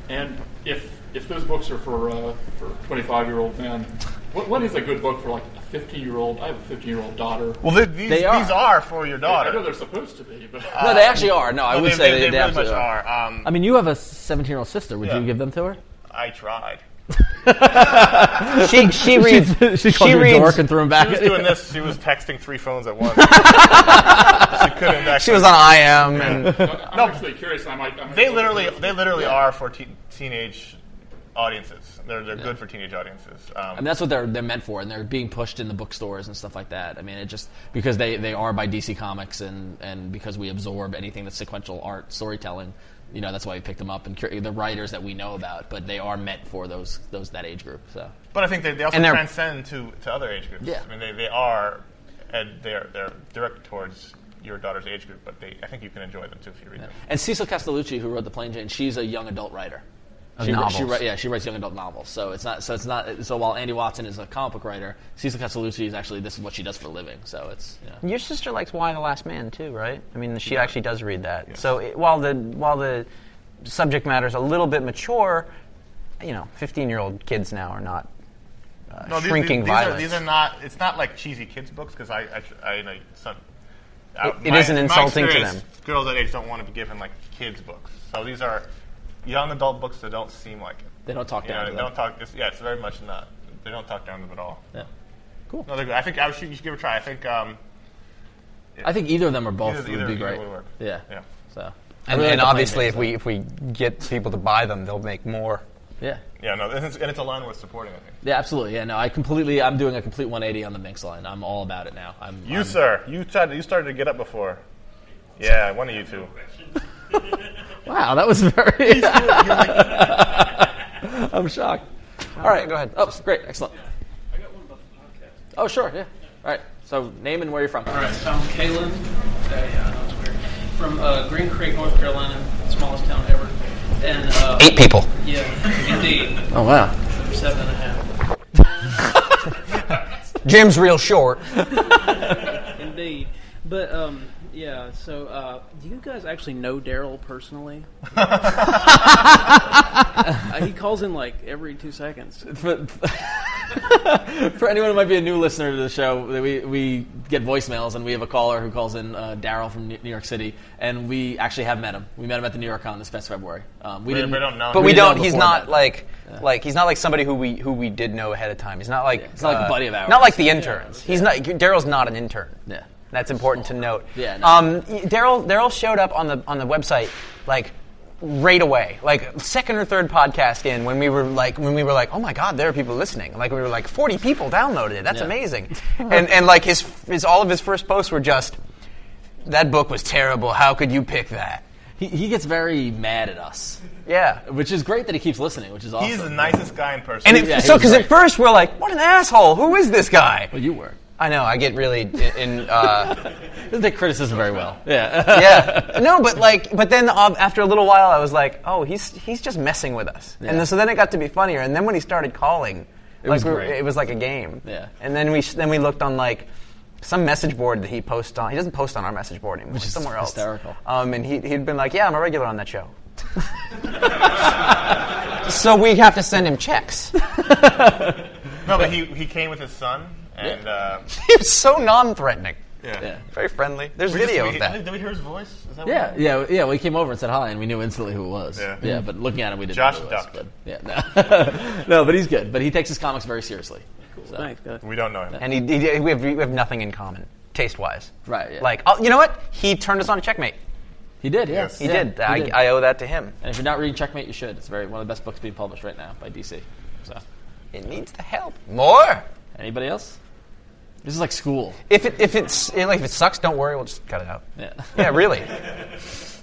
[SPEAKER 6] And if if those books are for uh, for 25 year old men, what, what is a good book for like a 15 year old? I have a 15 year old daughter.
[SPEAKER 4] Well, th- these,
[SPEAKER 3] They are.
[SPEAKER 4] these are for your
[SPEAKER 6] I
[SPEAKER 4] daughter. Uh,
[SPEAKER 6] know they're supposed to be, but
[SPEAKER 3] No, they actually are. No, I
[SPEAKER 4] Well,
[SPEAKER 3] would
[SPEAKER 4] they,
[SPEAKER 3] say
[SPEAKER 4] they,
[SPEAKER 3] they,
[SPEAKER 4] they really much
[SPEAKER 3] absolutely are.
[SPEAKER 4] are. Um,
[SPEAKER 3] I mean, you have a 17 year old sister. Would
[SPEAKER 4] Yeah.
[SPEAKER 3] you give them to her?
[SPEAKER 4] I tried.
[SPEAKER 1] She she reads.
[SPEAKER 3] she called you a
[SPEAKER 1] reads-
[SPEAKER 3] dork and threw him back.
[SPEAKER 4] She was doing this. She was texting three phones at once. she couldn't. Actually.
[SPEAKER 1] She was on IM and
[SPEAKER 6] I'm actually curious. I might. I might
[SPEAKER 4] They literally, they literally are for te- teenage audiences. They're they're good for teenage audiences. Um,
[SPEAKER 3] I mean, that's what they're, they're meant for, and they're being pushed in the bookstores and stuff like that. I mean, it just because they, they are by DC Comics, and, and because we absorb anything that's sequential art storytelling, you know, that's why we picked them up and cur- the writers that we know about. But they are meant for those those that age group. So
[SPEAKER 4] but I think they, they also
[SPEAKER 1] and they're-
[SPEAKER 4] transcend to, to other age groups.
[SPEAKER 3] Yeah.
[SPEAKER 4] I mean, they, they are, and they're they're directed towards your daughter's age group. But they, I think you can enjoy them too if you read them.
[SPEAKER 3] And Cecil Castellucci, who wrote The Plain Jane, she's a young adult writer. She, wri-
[SPEAKER 1] novels.
[SPEAKER 3] she wri- yeah, she writes young adult novels. So it's not. So it's not. So while Andy Watson is a comic book writer, Cecil Castellucci is actually this is what she does for a living. So it's. You know.
[SPEAKER 1] Your sister likes Why the Last Man too, right? I mean, she actually does read that. So it, while the while the subject matter's a little bit mature, you know, fifteen-year-old kids now are not uh,
[SPEAKER 4] No, these-
[SPEAKER 1] shrinking
[SPEAKER 4] these, these
[SPEAKER 1] violence.
[SPEAKER 4] Are, these are not. It's not like cheesy kids books because I, I, tr- I like some.
[SPEAKER 1] It-
[SPEAKER 4] out-
[SPEAKER 1] it isn't insulting to
[SPEAKER 4] experience,
[SPEAKER 1] them.
[SPEAKER 4] Girls that age don't want to be given like kids books. So these are young adult books that don't seem like it.
[SPEAKER 3] They don't talk
[SPEAKER 4] You know,
[SPEAKER 3] down to
[SPEAKER 4] they
[SPEAKER 3] them.
[SPEAKER 4] don't talk. It's, yeah, it's very much not. They don't talk down to them at all.
[SPEAKER 3] Yeah.
[SPEAKER 4] No, they're good. I think I should, you should give it a try. I think um,
[SPEAKER 3] I think either of them or both
[SPEAKER 4] Either-
[SPEAKER 3] would
[SPEAKER 4] either-
[SPEAKER 3] be
[SPEAKER 4] either
[SPEAKER 3] great.
[SPEAKER 4] would work.
[SPEAKER 3] Yeah.
[SPEAKER 4] yeah.
[SPEAKER 3] So. I
[SPEAKER 1] and
[SPEAKER 3] really
[SPEAKER 1] and
[SPEAKER 3] like The Plain
[SPEAKER 1] obviously,
[SPEAKER 3] Jane,
[SPEAKER 1] if
[SPEAKER 3] so-
[SPEAKER 1] we if we get people to buy them, they'll make more.
[SPEAKER 3] Yeah.
[SPEAKER 4] Yeah, no, and it's, and it's a line worth supporting. I think
[SPEAKER 3] Yeah, absolutely. Yeah, no, I completely. I'm doing a complete 180 on the Minx line. I'm all about it now. I'm.
[SPEAKER 4] you,
[SPEAKER 3] I'm-
[SPEAKER 4] sir, you tried. You started to get up before. Yeah, one of you two.
[SPEAKER 3] Wow, that was very. I'm shocked. All right,
[SPEAKER 1] go ahead.
[SPEAKER 3] Oh, great, excellent. Oh, sure, yeah. All right. So, name and where you're from.
[SPEAKER 8] All right, so I'm Kalen. Uh, yeah, that was weird. From uh, Green Creek, North Carolina, smallest town ever. And uh,
[SPEAKER 1] Eight people.
[SPEAKER 8] Yeah, indeed,
[SPEAKER 3] Oh wow.
[SPEAKER 8] seven and a half.
[SPEAKER 1] Jim's real short.
[SPEAKER 8] Indeed, but um, yeah. So, uh, do you guys actually know Daryl personally? uh, he calls in like every two seconds.
[SPEAKER 3] For, for anyone who might be a new listener to the show, we, we get voicemails, and we have a caller who calls in uh, Daryl from New New York City, and we actually have met him. We met him at the New York Con this past February. Um, we,
[SPEAKER 4] We-
[SPEAKER 3] didn't,
[SPEAKER 4] we don't know
[SPEAKER 1] But
[SPEAKER 4] him.
[SPEAKER 1] we
[SPEAKER 3] didn't know
[SPEAKER 1] don't.
[SPEAKER 3] him
[SPEAKER 1] He's
[SPEAKER 3] before
[SPEAKER 1] not
[SPEAKER 3] that.
[SPEAKER 1] like like he's not like somebody who we who we did know ahead of time. He's not like uh,
[SPEAKER 3] he's not like a buddy of ours.
[SPEAKER 1] Not like the interns. He's not. Daryl's not an intern.
[SPEAKER 3] Yeah.
[SPEAKER 1] that's important to note.
[SPEAKER 3] Yeah, no.
[SPEAKER 1] Um, y- Daryl Daryl showed up on the on the website like right away, like second or third podcast in when we were like when we were like, oh my god, there are people listening. Like we were like forty people downloaded it. That's
[SPEAKER 3] Yeah.
[SPEAKER 1] amazing. and and like his his all of his first posts were just that book was terrible. How could you pick that?
[SPEAKER 3] He, he gets very mad at us,
[SPEAKER 1] Yeah.
[SPEAKER 3] which is great that he keeps listening, which is awesome.
[SPEAKER 4] He's the nicest guy in person.
[SPEAKER 1] And it,
[SPEAKER 3] Yeah, he
[SPEAKER 1] so,
[SPEAKER 3] was
[SPEAKER 1] because at
[SPEAKER 3] great.
[SPEAKER 1] first we're like, "What an asshole! Who is this guy?"
[SPEAKER 3] Well, you were.
[SPEAKER 1] I know. I get really in. in uh,
[SPEAKER 3] Doesn't take criticism very well. Yeah.
[SPEAKER 1] yeah. No, but like, but then uh, after a little while, I was like, "Oh, he's he's just messing with us." And then, so then it got to be funnier. And then when he started calling, it
[SPEAKER 3] was
[SPEAKER 1] like, we were-
[SPEAKER 3] great.
[SPEAKER 1] it was like a game.
[SPEAKER 3] Yeah.
[SPEAKER 1] And then we s- then we looked on like. Some message board that he posts on. He doesn't post on our message board anymore.
[SPEAKER 3] is
[SPEAKER 1] somewhere else.
[SPEAKER 3] hysterical.
[SPEAKER 1] Um, and he, he'd been like, "Yeah, I'm a regular on that show." so we have to send him checks.
[SPEAKER 4] no, but he, he came with his son, and uh,
[SPEAKER 1] he was so non-threatening.
[SPEAKER 4] yeah.
[SPEAKER 3] yeah.
[SPEAKER 1] Very friendly. There's
[SPEAKER 4] We just-
[SPEAKER 1] video of
[SPEAKER 4] we- I think-
[SPEAKER 1] that.
[SPEAKER 4] Did we hear his voice? Is that
[SPEAKER 3] Yeah,
[SPEAKER 4] What
[SPEAKER 3] yeah, yeah. We came over and said hi, and we knew instantly who it was.
[SPEAKER 4] Yeah.
[SPEAKER 3] but looking at him, we didn't.
[SPEAKER 4] Josh
[SPEAKER 3] know who it was,
[SPEAKER 4] ducked.
[SPEAKER 3] but yeah, no. no, but he's good. But he takes his comics very seriously.
[SPEAKER 8] Thanks, guys.
[SPEAKER 4] we don't know him.
[SPEAKER 1] And he, he- we, have, we have nothing in common, taste wise.
[SPEAKER 3] Right, yeah.
[SPEAKER 1] Like, oh, you know what? He turned us on to Checkmate.
[SPEAKER 3] He did. Yeah,
[SPEAKER 4] Yes.
[SPEAKER 1] He
[SPEAKER 3] Yeah,
[SPEAKER 1] did. I, I owe that to him.
[SPEAKER 3] and if you're not reading Checkmate, you should. It's very one of the best books being published right now by DC. So,
[SPEAKER 1] It needs the help. More.
[SPEAKER 3] anybody else? This is like school.
[SPEAKER 1] If it, if it's like if it sucks, don't worry. We'll just cut it out.
[SPEAKER 3] Yeah.
[SPEAKER 1] Yeah, really.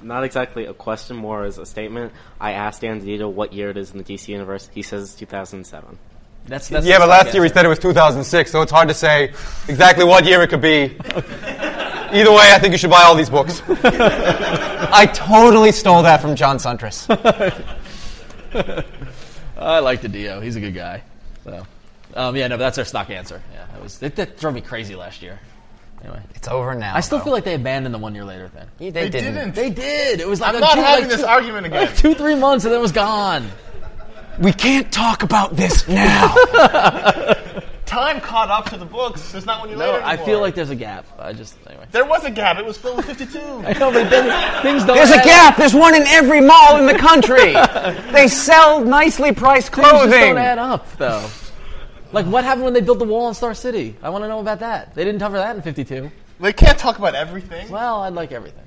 [SPEAKER 9] Not exactly a question, more as a statement. I asked Andito what year it is in the DC universe. He says it's 2007.
[SPEAKER 3] That's, that's
[SPEAKER 1] said it was 2006, so it's hard to say exactly what year it could be.
[SPEAKER 10] Either way, I think you should buy all these books.
[SPEAKER 1] I totally stole that from John Suntress.
[SPEAKER 3] I like the Dio. He's a good guy. So, um, yeah, no, but that's our stock answer. Yeah, that was that, that drove me crazy last year. Anyway,
[SPEAKER 1] It's over now.
[SPEAKER 3] I still
[SPEAKER 1] though.
[SPEAKER 3] feel like they abandoned the one year later thing.
[SPEAKER 1] they,
[SPEAKER 4] They
[SPEAKER 1] didn't.
[SPEAKER 4] didn't.
[SPEAKER 3] They did. It was like
[SPEAKER 4] I'm
[SPEAKER 3] a
[SPEAKER 4] not
[SPEAKER 3] two,
[SPEAKER 4] having
[SPEAKER 3] like
[SPEAKER 4] this
[SPEAKER 3] two-
[SPEAKER 4] argument again.
[SPEAKER 3] like two, three months, and then it was gone.
[SPEAKER 1] We can't talk about this now.
[SPEAKER 4] Time caught up to the books. It's not when you
[SPEAKER 3] No,
[SPEAKER 4] later.
[SPEAKER 3] I
[SPEAKER 4] anymore.
[SPEAKER 3] feel like there's a gap. I just anyway.
[SPEAKER 4] there was a gap. It was filled with 52.
[SPEAKER 3] I know, but then things don't.
[SPEAKER 1] There's a
[SPEAKER 3] end.
[SPEAKER 1] gap. There's one in every mall in the country. they sell nicely priced
[SPEAKER 3] Things just don't
[SPEAKER 1] clothing.
[SPEAKER 3] add up, though. Like what happened when they built the wall in Star City? I want to know about that. They didn't cover that in '52.
[SPEAKER 4] they can't talk about everything.
[SPEAKER 3] Well, I'd like everything.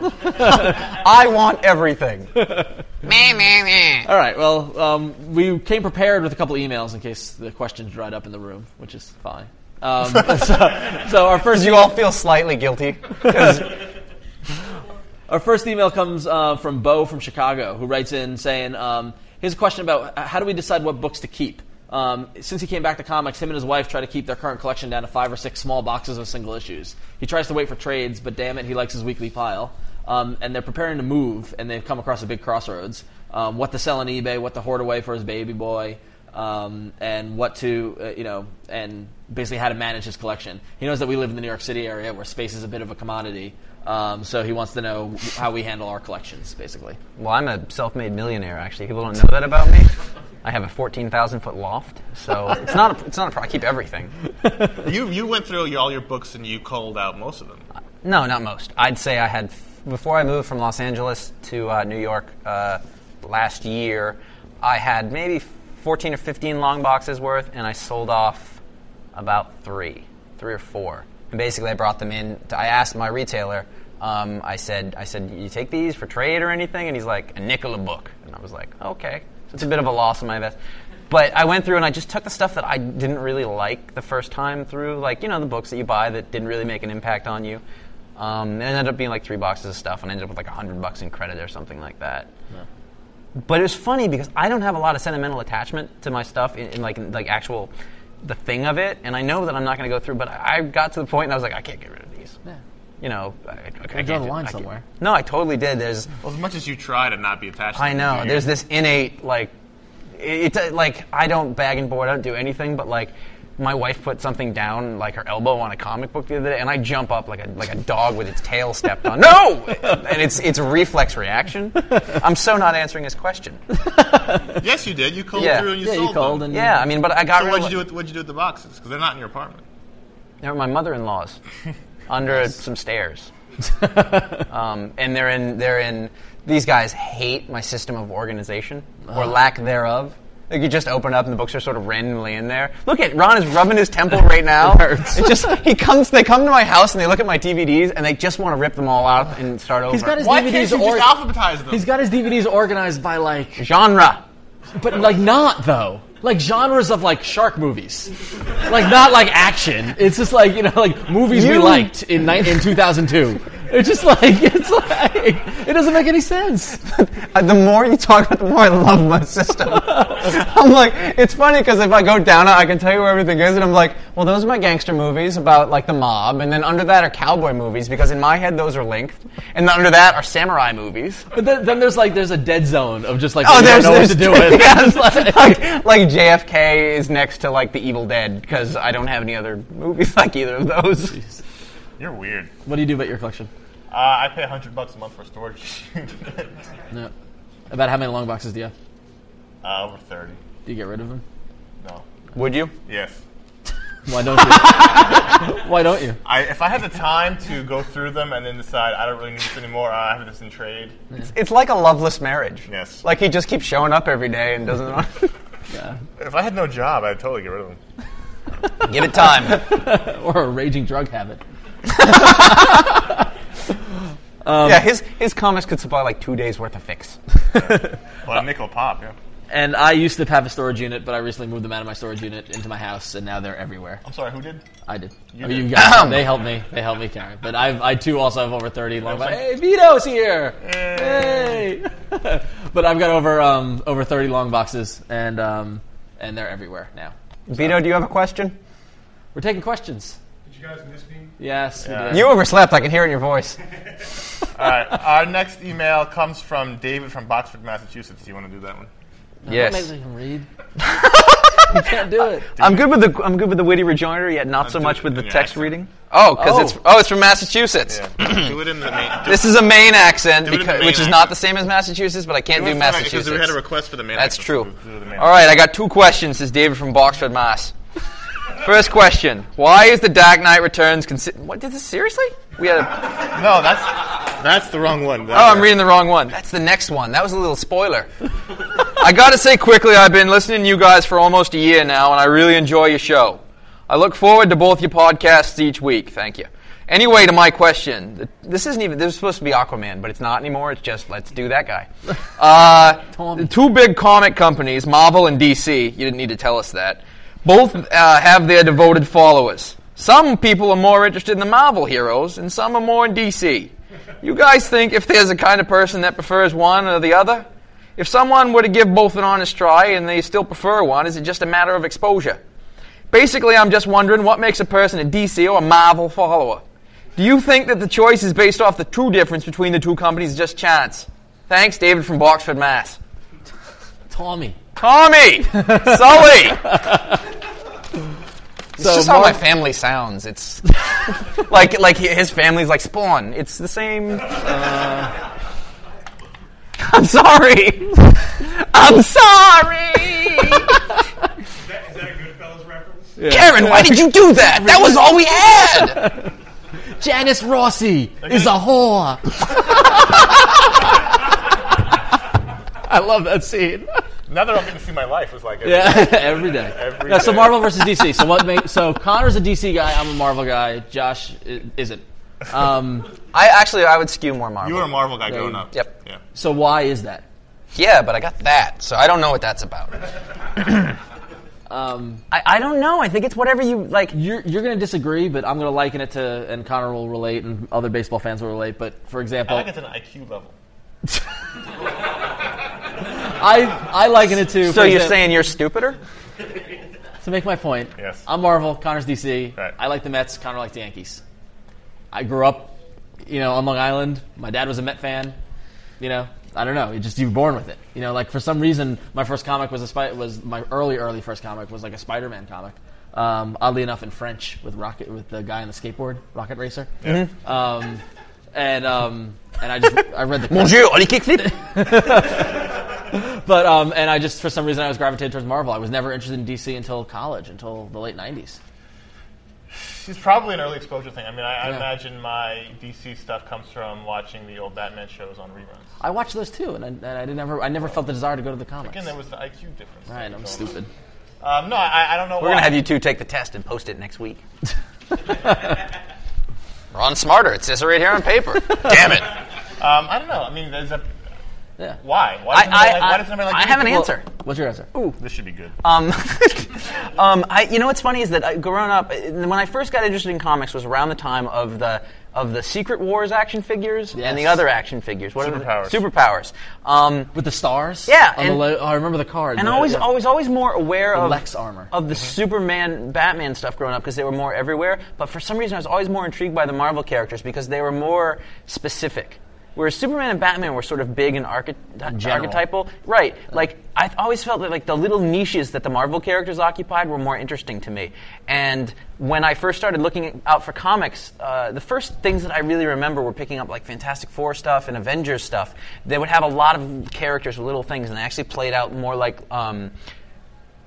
[SPEAKER 1] I want everything.
[SPEAKER 3] All right. Well, um, we came prepared with a couple emails in case the questions dried up in the room, which is fine. Um, so, so our first
[SPEAKER 1] You all feel slightly guilty.
[SPEAKER 3] Our first email comes uh, from Bo from Chicago, who writes in saying, um, "Here's a question about h- how do we decide what books to keep." Um, since he came back to comics, him and his wife try to keep their current collection down to five or six small boxes of single issues. He tries to wait for trades, but damn it, he likes his weekly pile. Um, and they're preparing to move, and they've come across a big crossroads: um, what to sell on eBay, what to hoard away for his baby boy, um, and what to uh, you know and basically how to manage his collection. He knows that we live in the New York City area where space is a bit of a commodity, um, so he wants to know how we handle our collections, basically.
[SPEAKER 1] Well, I'm a self-made millionaire. Actually, people don't know that about me. I have a 14,000 foot loft, so it's not. A, it's not a problem. I keep everything.
[SPEAKER 4] You you went through your, all your books and you culled out most of them.
[SPEAKER 1] No, not most. I'd say I had before I moved from Los Angeles to uh, New York uh, last year. I had maybe 14 or 15 long boxes worth, and I sold off about three, three or four. And basically, I brought them in. To, I asked my retailer. Um, I said, I said, you take these for trade or anything? And he's like, a nickel a book. And I was like, okay. So it's a bit of a loss on my best. But I went through and I just took the stuff that I didn't really like the first time through, like you know the books that you buy that didn't really make an impact on you. Um, it ended up being like three boxes of stuff, and I ended up with like hundred bucks in credit or something like that. But it was funny because I don't have a lot of sentimental attachment to my stuff in, in like in, like actual the thing of it, and I know that I'm not going to go through. But I I got to the point and I was like, I can't get rid of these. You know, I, I, I can't
[SPEAKER 3] draw the
[SPEAKER 1] do-
[SPEAKER 3] line
[SPEAKER 1] I can't-
[SPEAKER 3] somewhere.
[SPEAKER 1] No, I totally did. There's
[SPEAKER 4] Well, as much as you try to not be attached.
[SPEAKER 1] I
[SPEAKER 4] to them,
[SPEAKER 1] know.
[SPEAKER 4] you-
[SPEAKER 1] There's this innate like, it, it like I don't bag and board. I don't do anything. But like, my wife put something down, like her elbow on a comic book the other day, and I jump up like a like a dog with its tail stepped on. No, and it's it's a reflex reaction. I'm so not answering his question.
[SPEAKER 4] Yes, you did. You culled
[SPEAKER 1] Yeah.
[SPEAKER 4] through and you
[SPEAKER 3] Yeah,
[SPEAKER 4] sold
[SPEAKER 3] you called
[SPEAKER 4] them.
[SPEAKER 3] and
[SPEAKER 1] Yeah, I mean, but I got
[SPEAKER 4] So
[SPEAKER 1] rid
[SPEAKER 4] what'd
[SPEAKER 1] of
[SPEAKER 4] you do with what'd you do with the boxes? Because they're not in your apartment.
[SPEAKER 1] They're at my mother-in-law's under some stairs. um, and they're in they're in these guys hate my system of organization
[SPEAKER 3] Uh-huh.
[SPEAKER 1] or lack thereof. Like you just open up and the books are sort of randomly in there. Look at Ron is rubbing his temple right now. it hurts. just he comes they come to my house and they look at my DVDs and they just want to rip them all out and start over.
[SPEAKER 3] He's got his
[SPEAKER 4] Why can't
[SPEAKER 3] DVDs
[SPEAKER 4] you
[SPEAKER 3] or-
[SPEAKER 4] just alphabetize them?
[SPEAKER 3] He's got his DVDs organized by like,
[SPEAKER 1] genre.
[SPEAKER 3] but like not though. Like genres of like shark movies, like not like action. It's just like you know like movies we
[SPEAKER 1] You-
[SPEAKER 3] liked in ni- in 2002. It's just like it's like it doesn't make any sense.
[SPEAKER 1] Uh, the more you talk about, it, the more I love my system. I'm like, it's funny because if I go down, it, I can tell you where everything is, and I'm like, well, those are my gangster movies about like the mob, and then under that are cowboy movies because in my head those are linked, and then under that are samurai movies.
[SPEAKER 3] But then, then there's like there's a dead zone of just like
[SPEAKER 1] Oh,
[SPEAKER 3] you
[SPEAKER 1] there's,
[SPEAKER 3] don't know
[SPEAKER 1] there's
[SPEAKER 3] what to do with.
[SPEAKER 1] yeah,
[SPEAKER 3] It's like-
[SPEAKER 1] like, like JFK is next to like The Evil Dead because I don't have any other movies like either of those.
[SPEAKER 4] You're weird.
[SPEAKER 3] what do you do about your collection?
[SPEAKER 4] Uh, I pay hundred bucks a month for storage.
[SPEAKER 3] No. About how many long boxes do you have?
[SPEAKER 4] uh, over thirty.
[SPEAKER 3] Do you get rid of them?
[SPEAKER 4] No.
[SPEAKER 1] Would you?
[SPEAKER 4] Yes.
[SPEAKER 3] Why don't you? Why don't you?
[SPEAKER 4] I, if I had the time to go through them and then decide I don't really need this anymore, I have this in trade.
[SPEAKER 1] It's, it's like a loveless marriage.
[SPEAKER 4] Yes.
[SPEAKER 1] Like he just keeps showing up every day and doesn't. want-
[SPEAKER 4] If I had no job, I'd totally get rid of them.
[SPEAKER 1] Give it time.
[SPEAKER 3] Or a raging drug habit.
[SPEAKER 1] yeah, his his comics could supply like two days worth of fix.
[SPEAKER 4] Well, a nickel pop. Yeah.
[SPEAKER 3] And I used to have a storage unit, but I recently moved them out of my storage unit into my house, and now they're everywhere.
[SPEAKER 4] I'm sorry. Who did?
[SPEAKER 3] I did.
[SPEAKER 4] You
[SPEAKER 3] Oh,
[SPEAKER 4] did.
[SPEAKER 3] you guys, they helped me. They helped me carry. But I've, I too also have over thirty long. But hey, Vito's here! Hey! but I've got over um, over thirty long boxes, and um, and they're everywhere now.
[SPEAKER 1] Vito, do you have a question?
[SPEAKER 3] We're taking questions.
[SPEAKER 11] Did you
[SPEAKER 4] you guys miss me?
[SPEAKER 3] Yes, we
[SPEAKER 4] Yeah.
[SPEAKER 3] did.
[SPEAKER 5] You overslept. I can hear it in your voice.
[SPEAKER 4] All right. Our next email comes from David from Boxford, Massachusetts. Do you want to do that one?
[SPEAKER 3] Maybe
[SPEAKER 1] Yes.
[SPEAKER 3] they can read. you can't do it.
[SPEAKER 1] I'm good with the I'm good with the witty rejoinder, yet not so
[SPEAKER 4] do
[SPEAKER 1] much
[SPEAKER 4] it
[SPEAKER 1] with
[SPEAKER 4] in
[SPEAKER 1] the
[SPEAKER 4] your
[SPEAKER 1] text
[SPEAKER 4] accent.
[SPEAKER 1] reading. Oh, because it's oh, it's from Massachusetts.
[SPEAKER 4] Yeah. do it in the main. Do
[SPEAKER 1] This is a Maine accent,
[SPEAKER 4] Do it in the
[SPEAKER 1] becau-
[SPEAKER 4] Maine
[SPEAKER 1] which is
[SPEAKER 4] accent.
[SPEAKER 1] not the same as Massachusetts, but I can't do Massachusetts.
[SPEAKER 4] Because we had a request for the main.
[SPEAKER 1] That's
[SPEAKER 4] accent.
[SPEAKER 1] true.
[SPEAKER 4] Do the main
[SPEAKER 1] All right, I got two questions. This is David from Boxford, Mass. First question: Why is the Dark Knight Returns considered? What did this seriously? We had. A-
[SPEAKER 4] accent. No, that's that's the wrong one.
[SPEAKER 1] oh, I'm reading the wrong one. That's the next one. That was a little spoiler. I gotta say quickly, I've been listening to you guys for almost a year now, and I really enjoy your show. I look forward to both your podcasts each week. Thank you. Anyway, to my question, Th- this isn't even. This was supposed to be Aquaman, but it's not anymore. It's just let's do that guy. Uh, the two big comic companies, Marvel and DC. You didn't need to tell us that. Both uh, have their devoted followers. Some people are more interested in the Marvel heroes, and some are more in DC. You guys think if there's a kind of person that prefers one or the other? If someone were to give both an honest try and they still prefer one, is it just a matter of exposure? Basically, I'm just wondering what makes a person a DC or a Marvel follower? Do you think that the choice is based off the true difference between the two companies, just chance? Thanks, David from Boxford, Mass.
[SPEAKER 3] Tommy.
[SPEAKER 1] Tommy! Sully! It's
[SPEAKER 3] So
[SPEAKER 1] just how
[SPEAKER 3] Mar-
[SPEAKER 1] my family sounds. It's like like he- his family's like Spawn. It's the same. Uh. I'm sorry. I'm sorry.
[SPEAKER 4] Is that a Goodfellas reference?
[SPEAKER 1] Karen, why did you do that? That was all we had.
[SPEAKER 3] Janice Rossi is a whore. I love that scene.
[SPEAKER 4] Now that I'm getting to see my life was like.
[SPEAKER 3] Yeah, every day.
[SPEAKER 4] Every
[SPEAKER 3] Yeah, so
[SPEAKER 4] day.
[SPEAKER 3] Marvel versus DC. So what? Make, so Connor's a DC guy. I'm a Marvel guy. Josh i- isn't. Um,
[SPEAKER 1] I actually I would skew more Marvel.
[SPEAKER 4] You were a Marvel guy growing up.
[SPEAKER 1] Yep.
[SPEAKER 4] Yeah.
[SPEAKER 3] so why is that?
[SPEAKER 1] Yeah, but I got that, so I don't know what that's about.
[SPEAKER 3] Um,
[SPEAKER 1] I, I don't know. I think it's whatever you like.
[SPEAKER 3] you're you're going to disagree, but I'm going to liken it to, and Connor will relate, and other baseball fans will relate. But for
[SPEAKER 4] I
[SPEAKER 3] example,
[SPEAKER 4] think it's an IQ level.
[SPEAKER 3] I I liken it to.
[SPEAKER 1] So
[SPEAKER 3] for
[SPEAKER 1] you're
[SPEAKER 3] exam-
[SPEAKER 1] saying you're stupider?
[SPEAKER 3] to make my point?
[SPEAKER 4] Yes.
[SPEAKER 3] I'm Marvel. Connor's DC.
[SPEAKER 4] Right.
[SPEAKER 3] I like the Mets. Connor likes the Yankees. I grew up, you know, on Long Island. My dad was a Met fan. You know, I don't know. It just you were born with it. You know, like for some reason, my first comic was a spy- was my early early first comic was like a Spider-Man comic. Um, oddly enough, in French with rocket with the guy on the skateboard, Rocket Racer. Um, and um, and I just I read the
[SPEAKER 1] Bonjour, allez kickflip.
[SPEAKER 3] but um, and I just for some reason I was gravitated towards Marvel. I was never interested in DC until college, until the late '90s.
[SPEAKER 4] She's probably an early exposure thing. I mean, I, I
[SPEAKER 3] Yeah.
[SPEAKER 4] imagine my DC stuff comes from watching the old Batman shows on reruns.
[SPEAKER 3] I watched those too, and I, and I didn't ever, I never felt the desire to go to the comics.
[SPEAKER 4] Again, there was the IQ difference.
[SPEAKER 3] Right, I'm stupid.
[SPEAKER 4] Um, no, I, I don't know.
[SPEAKER 1] We're gonna have you two take the test and post it next week. Ron Smarter. It says it right here on paper. Damn it!
[SPEAKER 4] Um, I don't know. I mean, there's a
[SPEAKER 3] Yeah.
[SPEAKER 4] why. Why
[SPEAKER 1] I,
[SPEAKER 4] does nobody
[SPEAKER 1] I,
[SPEAKER 4] like, why does nobody
[SPEAKER 1] I,
[SPEAKER 4] like
[SPEAKER 1] I
[SPEAKER 4] DC?
[SPEAKER 1] have an answer.
[SPEAKER 3] What's your answer?
[SPEAKER 4] This should be good.
[SPEAKER 1] Um, um, I, you know what's funny is that I, growing up, uh, when I first got interested in comics was around the time of the of the Secret Wars action figures and the
[SPEAKER 3] Yes.
[SPEAKER 1] other action figures. What are they?
[SPEAKER 4] Superpowers.
[SPEAKER 1] Superpowers. Um,
[SPEAKER 3] With the stars?
[SPEAKER 1] Yeah,
[SPEAKER 3] On the
[SPEAKER 1] and-
[SPEAKER 3] lo- oh, I remember the card.
[SPEAKER 1] and
[SPEAKER 3] Yeah,
[SPEAKER 1] always,
[SPEAKER 3] yeah.
[SPEAKER 1] always, always more aware of
[SPEAKER 3] Lex armor.
[SPEAKER 1] of the Superman, Batman stuff growing up because they were more everywhere. But for some reason, I was always more intrigued by the Marvel characters because they were more specific. Whereas Superman and Batman were sort of big and archety-
[SPEAKER 3] general.
[SPEAKER 1] archetypal, right? Like I th- always felt that like the little niches that the Marvel characters occupied were more interesting to me. And when I first started looking out for comics, uh, the first things that I really remember were picking up like Fantastic Four stuff and Avengers stuff. They would have a lot of characters with little things, and they actually played out more like. Um,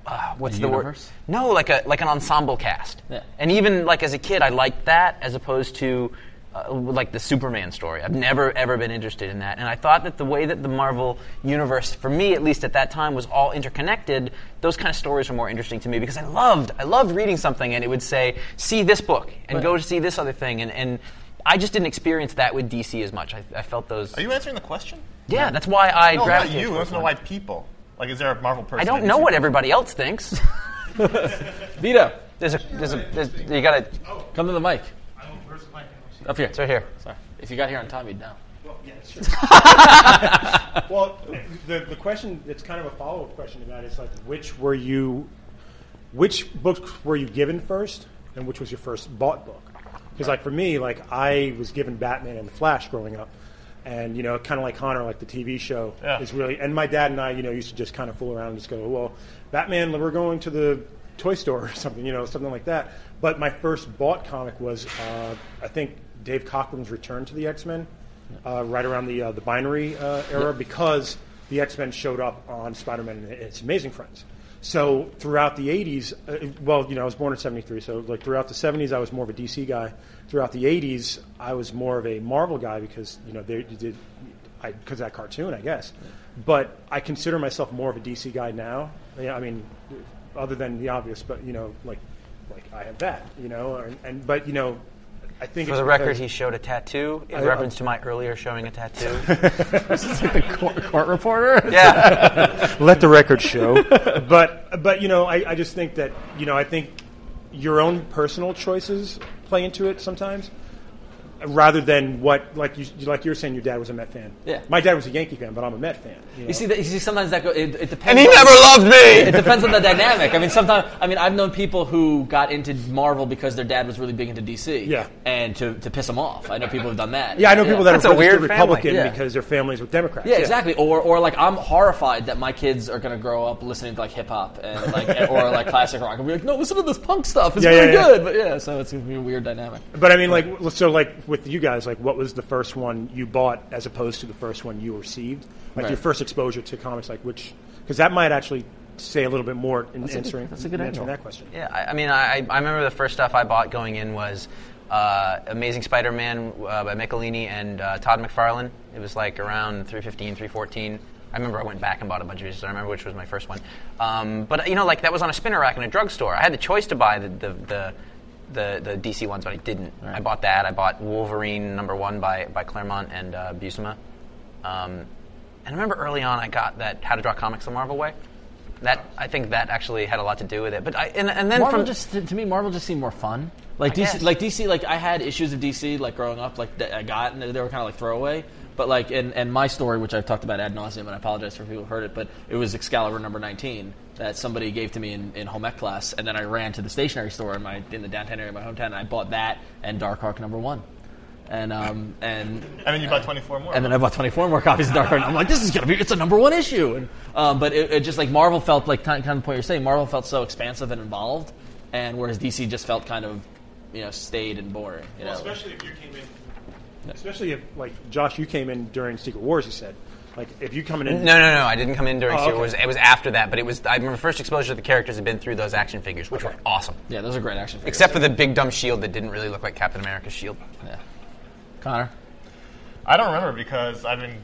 [SPEAKER 1] uh, what's
[SPEAKER 3] A
[SPEAKER 1] the
[SPEAKER 3] universe?
[SPEAKER 1] word? No, like a like an ensemble cast.
[SPEAKER 3] Yeah.
[SPEAKER 1] And even like as a kid, I liked that as opposed to uh, like the Superman story. I've never ever been interested in that. And I thought that the way that the Marvel universe, for me at least at that time, was all interconnected. Those kind of stories were more interesting to me because I loved I loved reading something and it would say see this book and go to see this other thing and and. I just didn't experience that with DC as much. I, I felt those.
[SPEAKER 4] Are you answering the question?
[SPEAKER 1] yeah, that's why I
[SPEAKER 4] No, not
[SPEAKER 1] gravitated
[SPEAKER 4] you. I
[SPEAKER 1] towards
[SPEAKER 4] want to know
[SPEAKER 1] one.
[SPEAKER 4] why people. Like, is there a Marvel person?
[SPEAKER 1] I don't
[SPEAKER 4] in
[SPEAKER 1] know
[SPEAKER 4] DC?
[SPEAKER 1] what everybody else thinks.
[SPEAKER 3] Vito,
[SPEAKER 1] There's a, there's a, there's, you gotta,
[SPEAKER 3] come to the mic.
[SPEAKER 12] Oh,
[SPEAKER 3] Up here.
[SPEAKER 1] it's right here.
[SPEAKER 3] Sorry. If you got here on time, you'd know.
[SPEAKER 12] Well, the, the question that's kind of a follow up question to that is like, which were you, which books were you given first, and which was your first bought book. Because like for me, like I was given Batman and the Flash growing up, and you know, kind of like Connor, like the TV show
[SPEAKER 4] Yeah.
[SPEAKER 12] is really. And my dad and I, you know, used to just kind of fool around and just go, well, Batman, we're going to the toy store or something, you know, something like that. But my first bought comic was, uh, I think, Dave Cockrum*'s Return to the X Men, uh, right around the uh, the binary uh, era, because the X Men showed up on Spider Man and its Amazing Friends. So throughout the 80s, uh, well, you know, I was born in 73, so like throughout the 70s, I was more of a DC guy. Throughout the 80s, I was more of a Marvel guy because, you know, they did, because that cartoon, I guess. But I consider myself more of a DC guy now. Yeah, I mean, other than the obvious, but, you know, like, like I have that, you know, and, and but, you know, I think
[SPEAKER 1] For
[SPEAKER 12] it's
[SPEAKER 1] the record,
[SPEAKER 12] because-
[SPEAKER 1] he showed a tattoo in
[SPEAKER 12] I- I-
[SPEAKER 1] reference to my earlier showing a tattoo.
[SPEAKER 3] court, court reporter.
[SPEAKER 1] yeah.
[SPEAKER 12] let the record show. but but you know, I, I just think that you know, I think your own personal choices play into it sometimes, rather than what like you like you were saying, your dad was a Met fan.
[SPEAKER 3] Yeah.
[SPEAKER 12] my dad was a Yankee fan, but I'm a Met fan. You, know?
[SPEAKER 3] You see, that, you see, sometimes that go, it, it depends.
[SPEAKER 1] And he
[SPEAKER 3] on-
[SPEAKER 1] never loved
[SPEAKER 3] It
[SPEAKER 1] me!
[SPEAKER 3] depends on the dynamic. I mean, sometimes I mean I've known people who got into Marvel because their dad was really big into DC.
[SPEAKER 12] Yeah.
[SPEAKER 3] and to, to piss them off. I know people have done that.
[SPEAKER 12] yeah, I know people that
[SPEAKER 1] That's
[SPEAKER 12] are
[SPEAKER 1] a weird
[SPEAKER 12] registered Republican
[SPEAKER 3] family. Yeah.
[SPEAKER 12] because their families were Democrats.
[SPEAKER 3] Yeah, exactly. Or, or like I'm horrified that my kids are going to grow up listening to like hip hop and like or like classic rock and be like, no, listen to this punk stuff. It's
[SPEAKER 12] Yeah,
[SPEAKER 3] really
[SPEAKER 12] yeah, yeah.
[SPEAKER 3] good. But yeah, so it's going to be a weird dynamic.
[SPEAKER 12] But I mean, like, so, like, with you guys, like, what was the first one you bought as opposed to the first one you received? Like, your
[SPEAKER 3] Right.
[SPEAKER 12] first exposure to comics, like, which, because that might actually say a little bit more in answering,
[SPEAKER 3] that's a good
[SPEAKER 12] in answering
[SPEAKER 3] angle.
[SPEAKER 12] that question.
[SPEAKER 1] yeah, I, I mean, I, I remember the first stuff I bought going in was uh, Amazing Spider Man uh, by Michelini and uh, Todd McFarlane. It was like around 315, 314. I remember I went back and bought a bunch of these. I don't remember which was my first one. Um, but, you know, like, that was on a spinner rack in a drugstore. I had the choice to buy the, the, the the, the DC ones, but I didn't. I bought that. I bought Wolverine number one by, by Claremont and uh, Buscema. Um, and I remember early on, I got that How to Draw Comics the Marvel Way. That I think that actually had a lot to do with it. But I, and, and then
[SPEAKER 3] Marvel
[SPEAKER 1] from
[SPEAKER 3] just to me, Marvel just seemed more fun. Like
[SPEAKER 1] I
[SPEAKER 3] DC,
[SPEAKER 1] guess.
[SPEAKER 3] like DC, like I had issues of DC like growing up, like that I got, and they they were kind of like throwaway. But like, and, and my story, which I've talked about ad nauseum, and I apologize for people who heard it, but it was Excalibur number nineteen that somebody gave to me in, in home ec class, and then I ran to the stationery store in my in the downtown area of my hometown, and I bought that and Dark Arc number one, and um and
[SPEAKER 4] And then you bought 24 more.
[SPEAKER 3] and then I bought 24 more copies of Dark Knight. I'm like, this is gonna be, it's a number one issue. And um, but it, it just like Marvel felt like kind kind of the point you're saying. Marvel felt so expansive and involved, and whereas DC just felt kind of, you know, stayed and boring. You know,
[SPEAKER 12] especially if you came in, especially if, like, Josh, you came in during Secret Wars, you said. Like, if you coming in.
[SPEAKER 1] no, no, no. I didn't come in during.
[SPEAKER 12] Oh,
[SPEAKER 1] Secret
[SPEAKER 12] okay.
[SPEAKER 1] Wars. it was after that, but it was. I remember first exposure to the characters had been through those action figures, which were awesome.
[SPEAKER 3] yeah, those are great action. Figures.
[SPEAKER 1] Except for the big dumb shield that didn't really look like Captain America's shield.
[SPEAKER 3] yeah. Connor,
[SPEAKER 4] I don't remember because I've been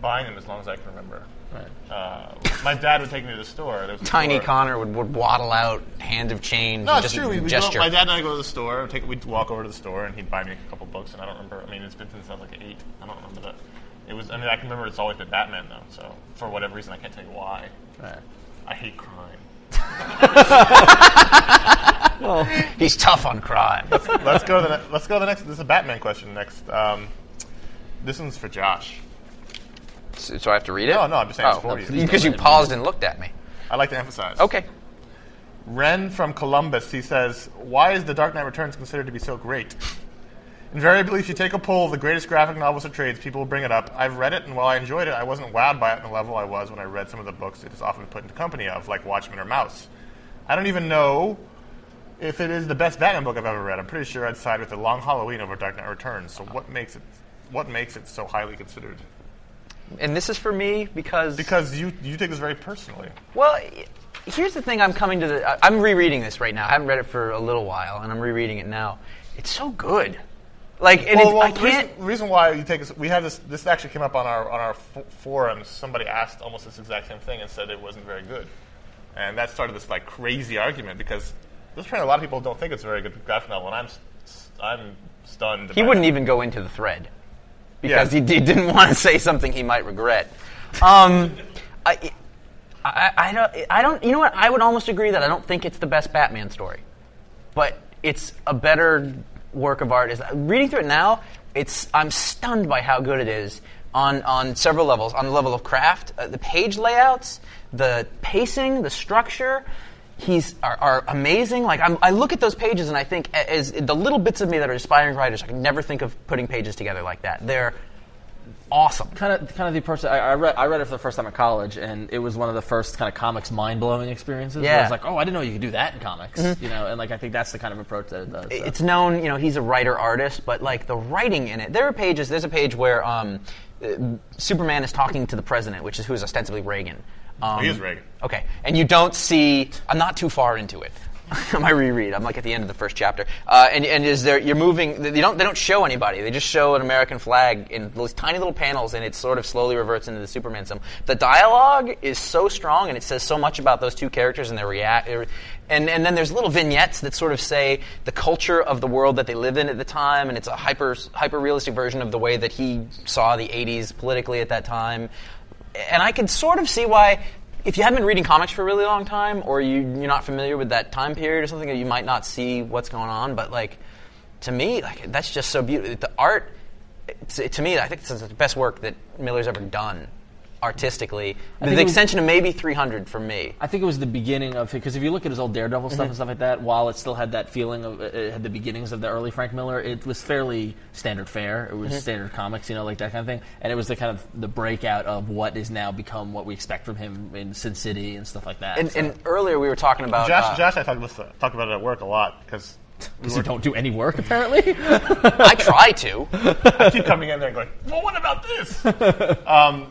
[SPEAKER 4] buying them as long as I can remember.
[SPEAKER 3] right?
[SPEAKER 4] Uh, my dad would take me to the store. There was a
[SPEAKER 1] Tiny
[SPEAKER 4] store.
[SPEAKER 1] Connor would, would waddle out, hand of change,
[SPEAKER 4] No,
[SPEAKER 1] and
[SPEAKER 4] it's
[SPEAKER 1] just
[SPEAKER 4] true. We, we go,
[SPEAKER 1] gesture.
[SPEAKER 4] my dad and I go to the store. We'd, take, we'd walk over to the store, and he'd buy me a couple books, and I don't remember. I mean, it's been since I was like eight. I don't remember that. It was. I mean, I can remember it's always been Batman though. So for whatever reason, I can't tell you why.
[SPEAKER 3] Right.
[SPEAKER 4] I hate crime.
[SPEAKER 1] He's tough on crime.
[SPEAKER 4] let's go to the ne- let's go to the next. This is a Batman question next. Um, this one's for Josh.
[SPEAKER 1] so, so I have to read it.
[SPEAKER 4] No, no, I'm just
[SPEAKER 1] Oh,
[SPEAKER 4] saying it's for you.
[SPEAKER 1] because you paused and looked at me.
[SPEAKER 4] I like to emphasize.
[SPEAKER 1] Okay.
[SPEAKER 4] Ren from Columbus, he says, Why is The Dark Knight Returns considered to be so great? Invariably, if you take a poll of the greatest graphic novels or trades, people will bring it up. I've read it, and while I enjoyed it, I wasn't wowed by it on the level I was when I read some of the books it is often put into company of, like Watchmen or Mouse. I don't even know if it is the best Batman book I've ever read. I'm pretty sure I'd side with The Long Halloween over Dark Knight Returns. So what makes it what makes it so highly considered?
[SPEAKER 1] And this is for me because
[SPEAKER 4] Because you you take this very personally.
[SPEAKER 1] Well, y- here's the thing I'm coming to the. I- I'm rereading this right now. I haven't read it for a little while, and I'm rereading it now. It's so good. Like, and it's, I
[SPEAKER 4] the
[SPEAKER 1] can't.
[SPEAKER 4] Reason, the reason why you take this, we have this. This actually came up on our on our f- forums. Somebody asked almost this exact same thing and said it wasn't very good, and that started this like crazy argument because this trend a lot of people don't think it's a very good graphic novel, and I'm s- s- I'm stunned.
[SPEAKER 1] He
[SPEAKER 4] by
[SPEAKER 1] wouldn't
[SPEAKER 4] it.
[SPEAKER 1] even go into the thread because
[SPEAKER 4] Yeah.
[SPEAKER 1] he, d- didn't want to say something he might regret. Um, I, I, I don't. I don't. You know what? I would almost agree that I don't think it's the best Batman story, but it's a better work of art. Is reading through it now. It's. I'm stunned by how good it is on on several levels. On the level of craft, uh, the page layouts, the pacing, the structure. he's are, are amazing. Like I'm, I look at those pages and I think a- as the little bits of me that are aspiring writers, I can never think of putting pages together like that. They're awesome.
[SPEAKER 3] kind of kind of the approach that I, I read I read it for the first time in college and it was one of the first kind of comics mind blowing experiences. where I
[SPEAKER 1] Yeah.
[SPEAKER 3] was like, oh, I didn't know you could do that in comics, you know, and like I think that's the kind of approach that it does. so.
[SPEAKER 1] it's known, you know, he's a writer artist, but like the writing in it, there are pages. There's a page where um, uh, Superman is talking to the president, which is who is ostensibly Reagan. Um,
[SPEAKER 4] He is Reagan.
[SPEAKER 1] Okay, and you don't see. I'm not too far into it. My reread. I'm like at the end of the first chapter, uh, and and is there? You're moving. They don't. They don't show anybody. They just show an American flag in those tiny little panels, and it sort of slowly reverts into the Superman symbol. The dialogue is so strong, and it says so much about those two characters and their react. er, And and then there's little vignettes that sort of say the culture of the world that they live in at the time, and it's a hyper hyper realistic version of the way that he saw the '80s politically at that time and I can sort of see why if you haven't been reading comics for a really long time or you, you're not familiar with that time period or something you might not see what's going on but like to me like that's just so beautiful the art it's, to me I think it's the best work that Miller's ever done artistically the,
[SPEAKER 3] think it was-
[SPEAKER 1] extension of maybe 300 for me
[SPEAKER 3] I think it was the beginning of because if you look at his old Daredevil stuff and stuff like that, while it still had that feeling of it had the beginnings of the early Frank Miller, it was fairly standard fare. It was standard comics, you know, like that kind of thing. And it was the kind of the breakout of what is now become what we expect from him in Sin City and stuff like that.
[SPEAKER 1] and,
[SPEAKER 3] so.
[SPEAKER 1] and earlier we were talking about
[SPEAKER 4] Josh,
[SPEAKER 1] uh,
[SPEAKER 4] Josh, I talked with, talk about it at work a lot because
[SPEAKER 3] you don't do any work apparently.
[SPEAKER 1] I try to
[SPEAKER 4] I keep coming in there and going, well, what about this? um,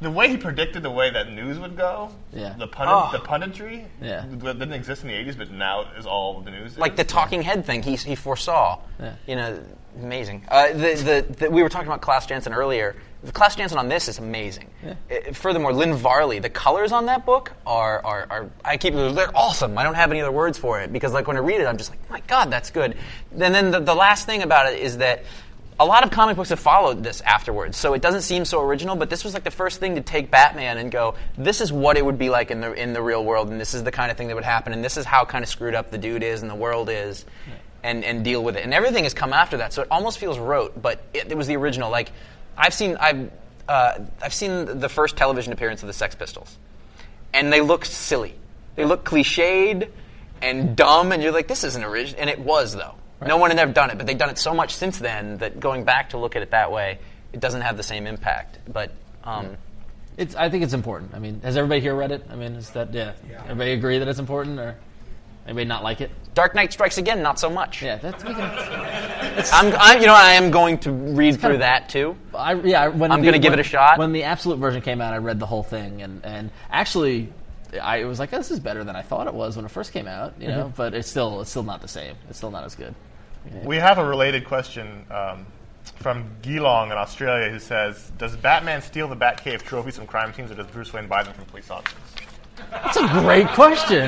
[SPEAKER 4] the way he predicted the way that news would go,
[SPEAKER 3] Yeah.
[SPEAKER 4] the, pundit,
[SPEAKER 1] Ah.
[SPEAKER 4] the punditry,
[SPEAKER 3] Yeah.
[SPEAKER 4] w- didn't exist in the 80s, but now is all the news.
[SPEAKER 1] like the
[SPEAKER 4] is.
[SPEAKER 1] talking head thing he, he foresaw.
[SPEAKER 3] Yeah.
[SPEAKER 1] You know, amazing. Uh, the, the, the, we were talking about Klaus Janson earlier. The Klaus Janson on this is amazing. Uh, furthermore, Lynn Varley, the colors on that book are, are, are I keep they're awesome. I don't have any other words for it because like when I read it, I'm just like, my God, that's good. And then the, the last thing about it is that a lot of comic books have followed this afterwards, so it doesn't seem so original. But this was like the first thing to take Batman and go, "This is what it would be like in the in the real world, and this is the kind of thing that would happen, and this is how kind of screwed up the dude is and the world is, and and deal with it." And everything has come after that, so it almost feels rote, but it, it was the original. Like I've seen I've uh, I've seen the first television appearance of the Sex Pistols, and they look silly, they look cliched and dumb, and you're like, "This isn't original," and it was though. No one had ever done it, but they've done it so much since then that going back to look at it that way, it doesn't have the same impact. But um,
[SPEAKER 3] It's. I think it's important. I mean, has everybody here read it? I mean, is that yeah? Everybody agree that it's important, or anybody not like it?
[SPEAKER 1] Dark Knight Strikes Again, not so much.
[SPEAKER 3] Yeah, that's. We can,
[SPEAKER 1] I'm, I'm, you know, I am going to read through
[SPEAKER 3] of-
[SPEAKER 1] that too.
[SPEAKER 3] I, yeah. I- When
[SPEAKER 1] I'm
[SPEAKER 3] the-
[SPEAKER 1] gonna give
[SPEAKER 3] when-
[SPEAKER 1] it a shot.
[SPEAKER 3] When the absolute version came out, I read the whole thing, and and actually, I was like, oh, this is better than I thought it was when it first came out. You
[SPEAKER 1] Mm-hmm.
[SPEAKER 3] know, but it's still it's still not the same. It's still not as good.
[SPEAKER 4] We have a related question um, from Geelong in Australia who says, does Batman steal the Batcave trophies from crime scenes or does Bruce Wayne buy them from police officers?
[SPEAKER 3] That's a great question.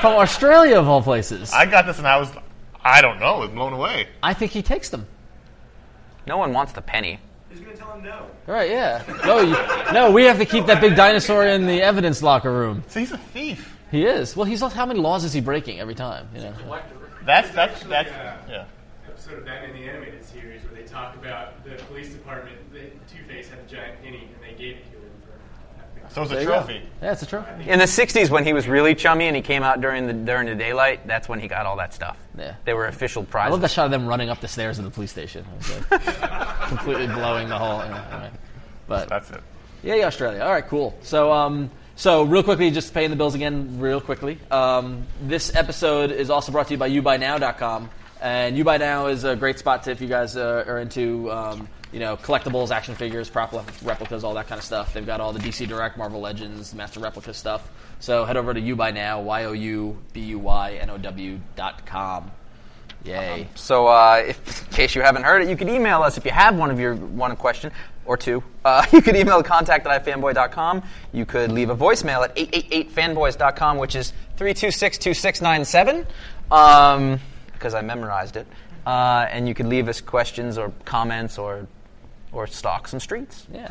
[SPEAKER 3] From Australia, of all places, I,
[SPEAKER 4] I got this and I was, I don't know, I was blown away.
[SPEAKER 3] think he takes them.
[SPEAKER 1] No one wants the penny.
[SPEAKER 13] Who's going to tell him no?
[SPEAKER 3] All right, yeah. No, you, no, we have to keep that big dinosaur in the evidence locker room.
[SPEAKER 4] So he's a thief.
[SPEAKER 3] He is. Well, he's also, how many laws is he breaking every time? You know.
[SPEAKER 4] That's, that's, that's,
[SPEAKER 13] uh,
[SPEAKER 4] yeah.
[SPEAKER 13] episode of Batman the Animated Series where they talk about the police department, the Two Face had a giant penny and they gave it to him for.
[SPEAKER 4] So it's
[SPEAKER 3] There
[SPEAKER 4] a
[SPEAKER 3] you go.
[SPEAKER 4] trophy.
[SPEAKER 3] Yeah, it's a trophy.
[SPEAKER 1] In the '60s, when he was really chummy and he came out during the during the daylight, that's when he got all that stuff.
[SPEAKER 3] Yeah.
[SPEAKER 1] They were official
[SPEAKER 3] I
[SPEAKER 1] prizes.
[SPEAKER 3] love that shot of them running up the stairs of the police station. It was like completely blowing the whole. anyway, anyway. But
[SPEAKER 4] That's it.
[SPEAKER 3] yeah, yeah, Australia. All right, cool. So, um, so real quickly, just paying the bills again, real quickly. Um, this episode is also brought to you by YouBuyNow.com, and YouBuyNow is a great spot to if you guys uh, are into. Um, you know, collectibles, action figures, prop replicas, all that kind of stuff. They've got all the DC Direct, Marvel Legends, Master Replica stuff. So head over to YouBuyNow, Y O U B U Y N O W dot com. Yay.
[SPEAKER 1] So, uh, if, in case you haven't heard it, you could email us if you have one of your one question or two. Uh, you could email contact at ifanboy.com. You could leave a voicemail at 888fanboys.com, which is 326-2697, um, because I memorized it. Uh, and you could leave us questions or comments or or stalk some streets.
[SPEAKER 3] Yeah.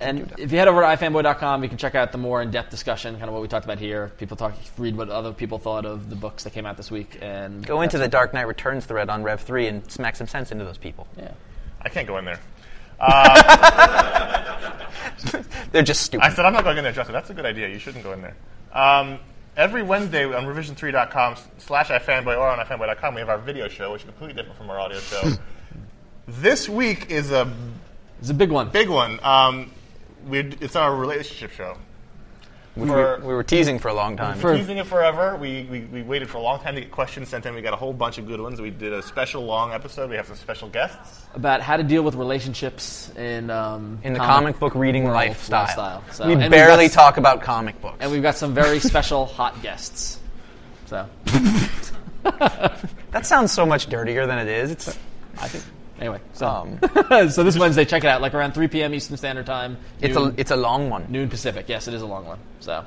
[SPEAKER 3] And if you head over to ifanboy.com, you can check out the more in-depth discussion, kind of what we talked about here. People talk, read what other people thought of the books that came out this week, and
[SPEAKER 1] Go into the Dark Knight Returns thread on Rev 3 and smack some sense into those people.
[SPEAKER 3] yeah.
[SPEAKER 4] I can't go in there.
[SPEAKER 1] They're just
[SPEAKER 4] I
[SPEAKER 1] stupid.
[SPEAKER 4] said, I'm not going in there, Justin. That's a good idea. You shouldn't go in there. Um, every Wednesday on revision3.com slash ifanboy or on ifanboy.com, we have our video show, which is completely different from our audio show. this week is a
[SPEAKER 3] It's a big one.
[SPEAKER 4] big one. Um, we it's our relationship show.
[SPEAKER 1] We,
[SPEAKER 4] For-
[SPEAKER 1] we, we were teasing for a long time.
[SPEAKER 3] For-
[SPEAKER 4] Teasing it forever. We, we, we waited for a long time to get questions sent in. We got a whole bunch of good ones. We did a special long episode. We have some special guests.
[SPEAKER 3] about how to deal with relationships in um,
[SPEAKER 1] in the comic book reading
[SPEAKER 3] world
[SPEAKER 1] lifestyle.
[SPEAKER 3] lifestyle. So-
[SPEAKER 1] we
[SPEAKER 3] and we've
[SPEAKER 1] barely
[SPEAKER 3] got-
[SPEAKER 1] talk about comic books.
[SPEAKER 3] and we've got some very special hot guests. So
[SPEAKER 1] that sounds so much dirtier than it is. It's,
[SPEAKER 3] anyway, so
[SPEAKER 1] um,
[SPEAKER 3] so this Wednesday, check it out. Like around 3 p.m. Eastern Standard Time.
[SPEAKER 1] it's,
[SPEAKER 3] noon,
[SPEAKER 1] a, it's a long one.
[SPEAKER 3] noon Pacific. Yes, it is a long one. So.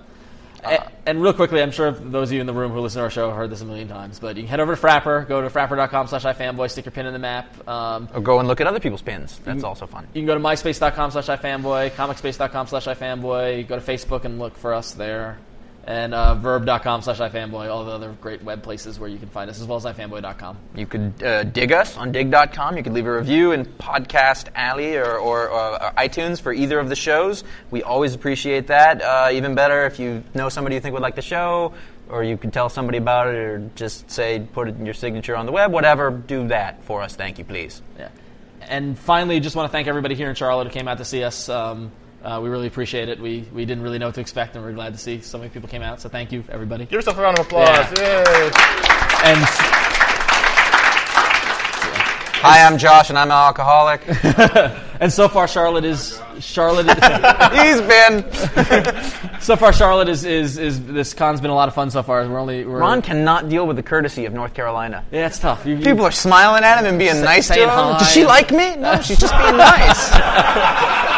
[SPEAKER 3] A- and real quickly, I'm sure those of you in the room who listen to our show have heard this a million times, but you can head over to Frapper, go to frapper.com slash ifanboy, stick your pin in the map. Um,
[SPEAKER 1] Or Uh, go and look at other people's pins. That's also fun.
[SPEAKER 3] You can go to myspace.com slash ifanboy, comicspace.com slash ifanboy, go to Facebook and look for us there, and uh, verb.com slash ifanboy, all the other great web places where you can find us, as well as ifanboy.com.
[SPEAKER 1] You could uh, dig us on dig.com. You could leave a review in Podcast Alley or, or, or, or iTunes for either of the shows. We always appreciate that. Uh, even better, if you know somebody you think would like the show, or you could tell somebody about it, or just say, put it in your signature on the web, whatever, do that for us. Thank you, please.
[SPEAKER 3] Yeah. And finally, just want to thank everybody here in Charlotte who came out to see us. Um, uh, we really appreciate it. We, we didn't really know what to expect, and we're glad to see so many people came out, so thank you, everybody.
[SPEAKER 4] Give yourself a round of applause. Yay.
[SPEAKER 3] And
[SPEAKER 1] Hi, I'm Josh, and I'm an alcoholic.
[SPEAKER 3] and so far, Charlotte is... Charlotte
[SPEAKER 1] He's been.
[SPEAKER 3] so far, Charlotte is, is is this con's been a lot of fun so far. We're only we're,
[SPEAKER 1] Ron cannot deal with the courtesy of North Carolina.
[SPEAKER 3] yeah, it's tough. You- you-
[SPEAKER 1] People are smiling at him and being nice to him.
[SPEAKER 3] saying
[SPEAKER 1] Does
[SPEAKER 3] hi.
[SPEAKER 1] she like me? No, she's just being nice. I'm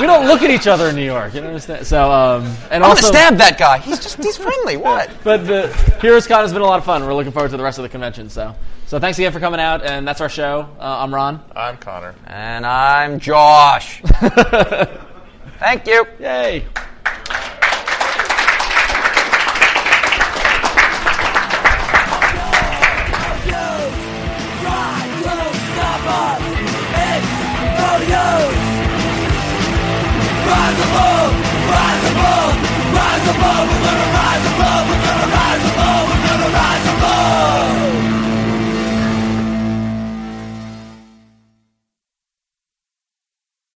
[SPEAKER 3] We don't look at each other in New York. You don't understand. So, um, and
[SPEAKER 1] gonna
[SPEAKER 3] also,
[SPEAKER 1] stab that guy. He's just—he's friendly. What?
[SPEAKER 3] but the Heroes Con has been a lot of fun. We're looking forward to the rest of the convention. So, so thanks again for coming out, and that's our show. Uh, I'm Ron.
[SPEAKER 4] I'm Connor.
[SPEAKER 1] And I'm Josh. Thank you.
[SPEAKER 3] Yay!
[SPEAKER 2] Oh, Rise above, rise above, rise above, we're gonna rise above.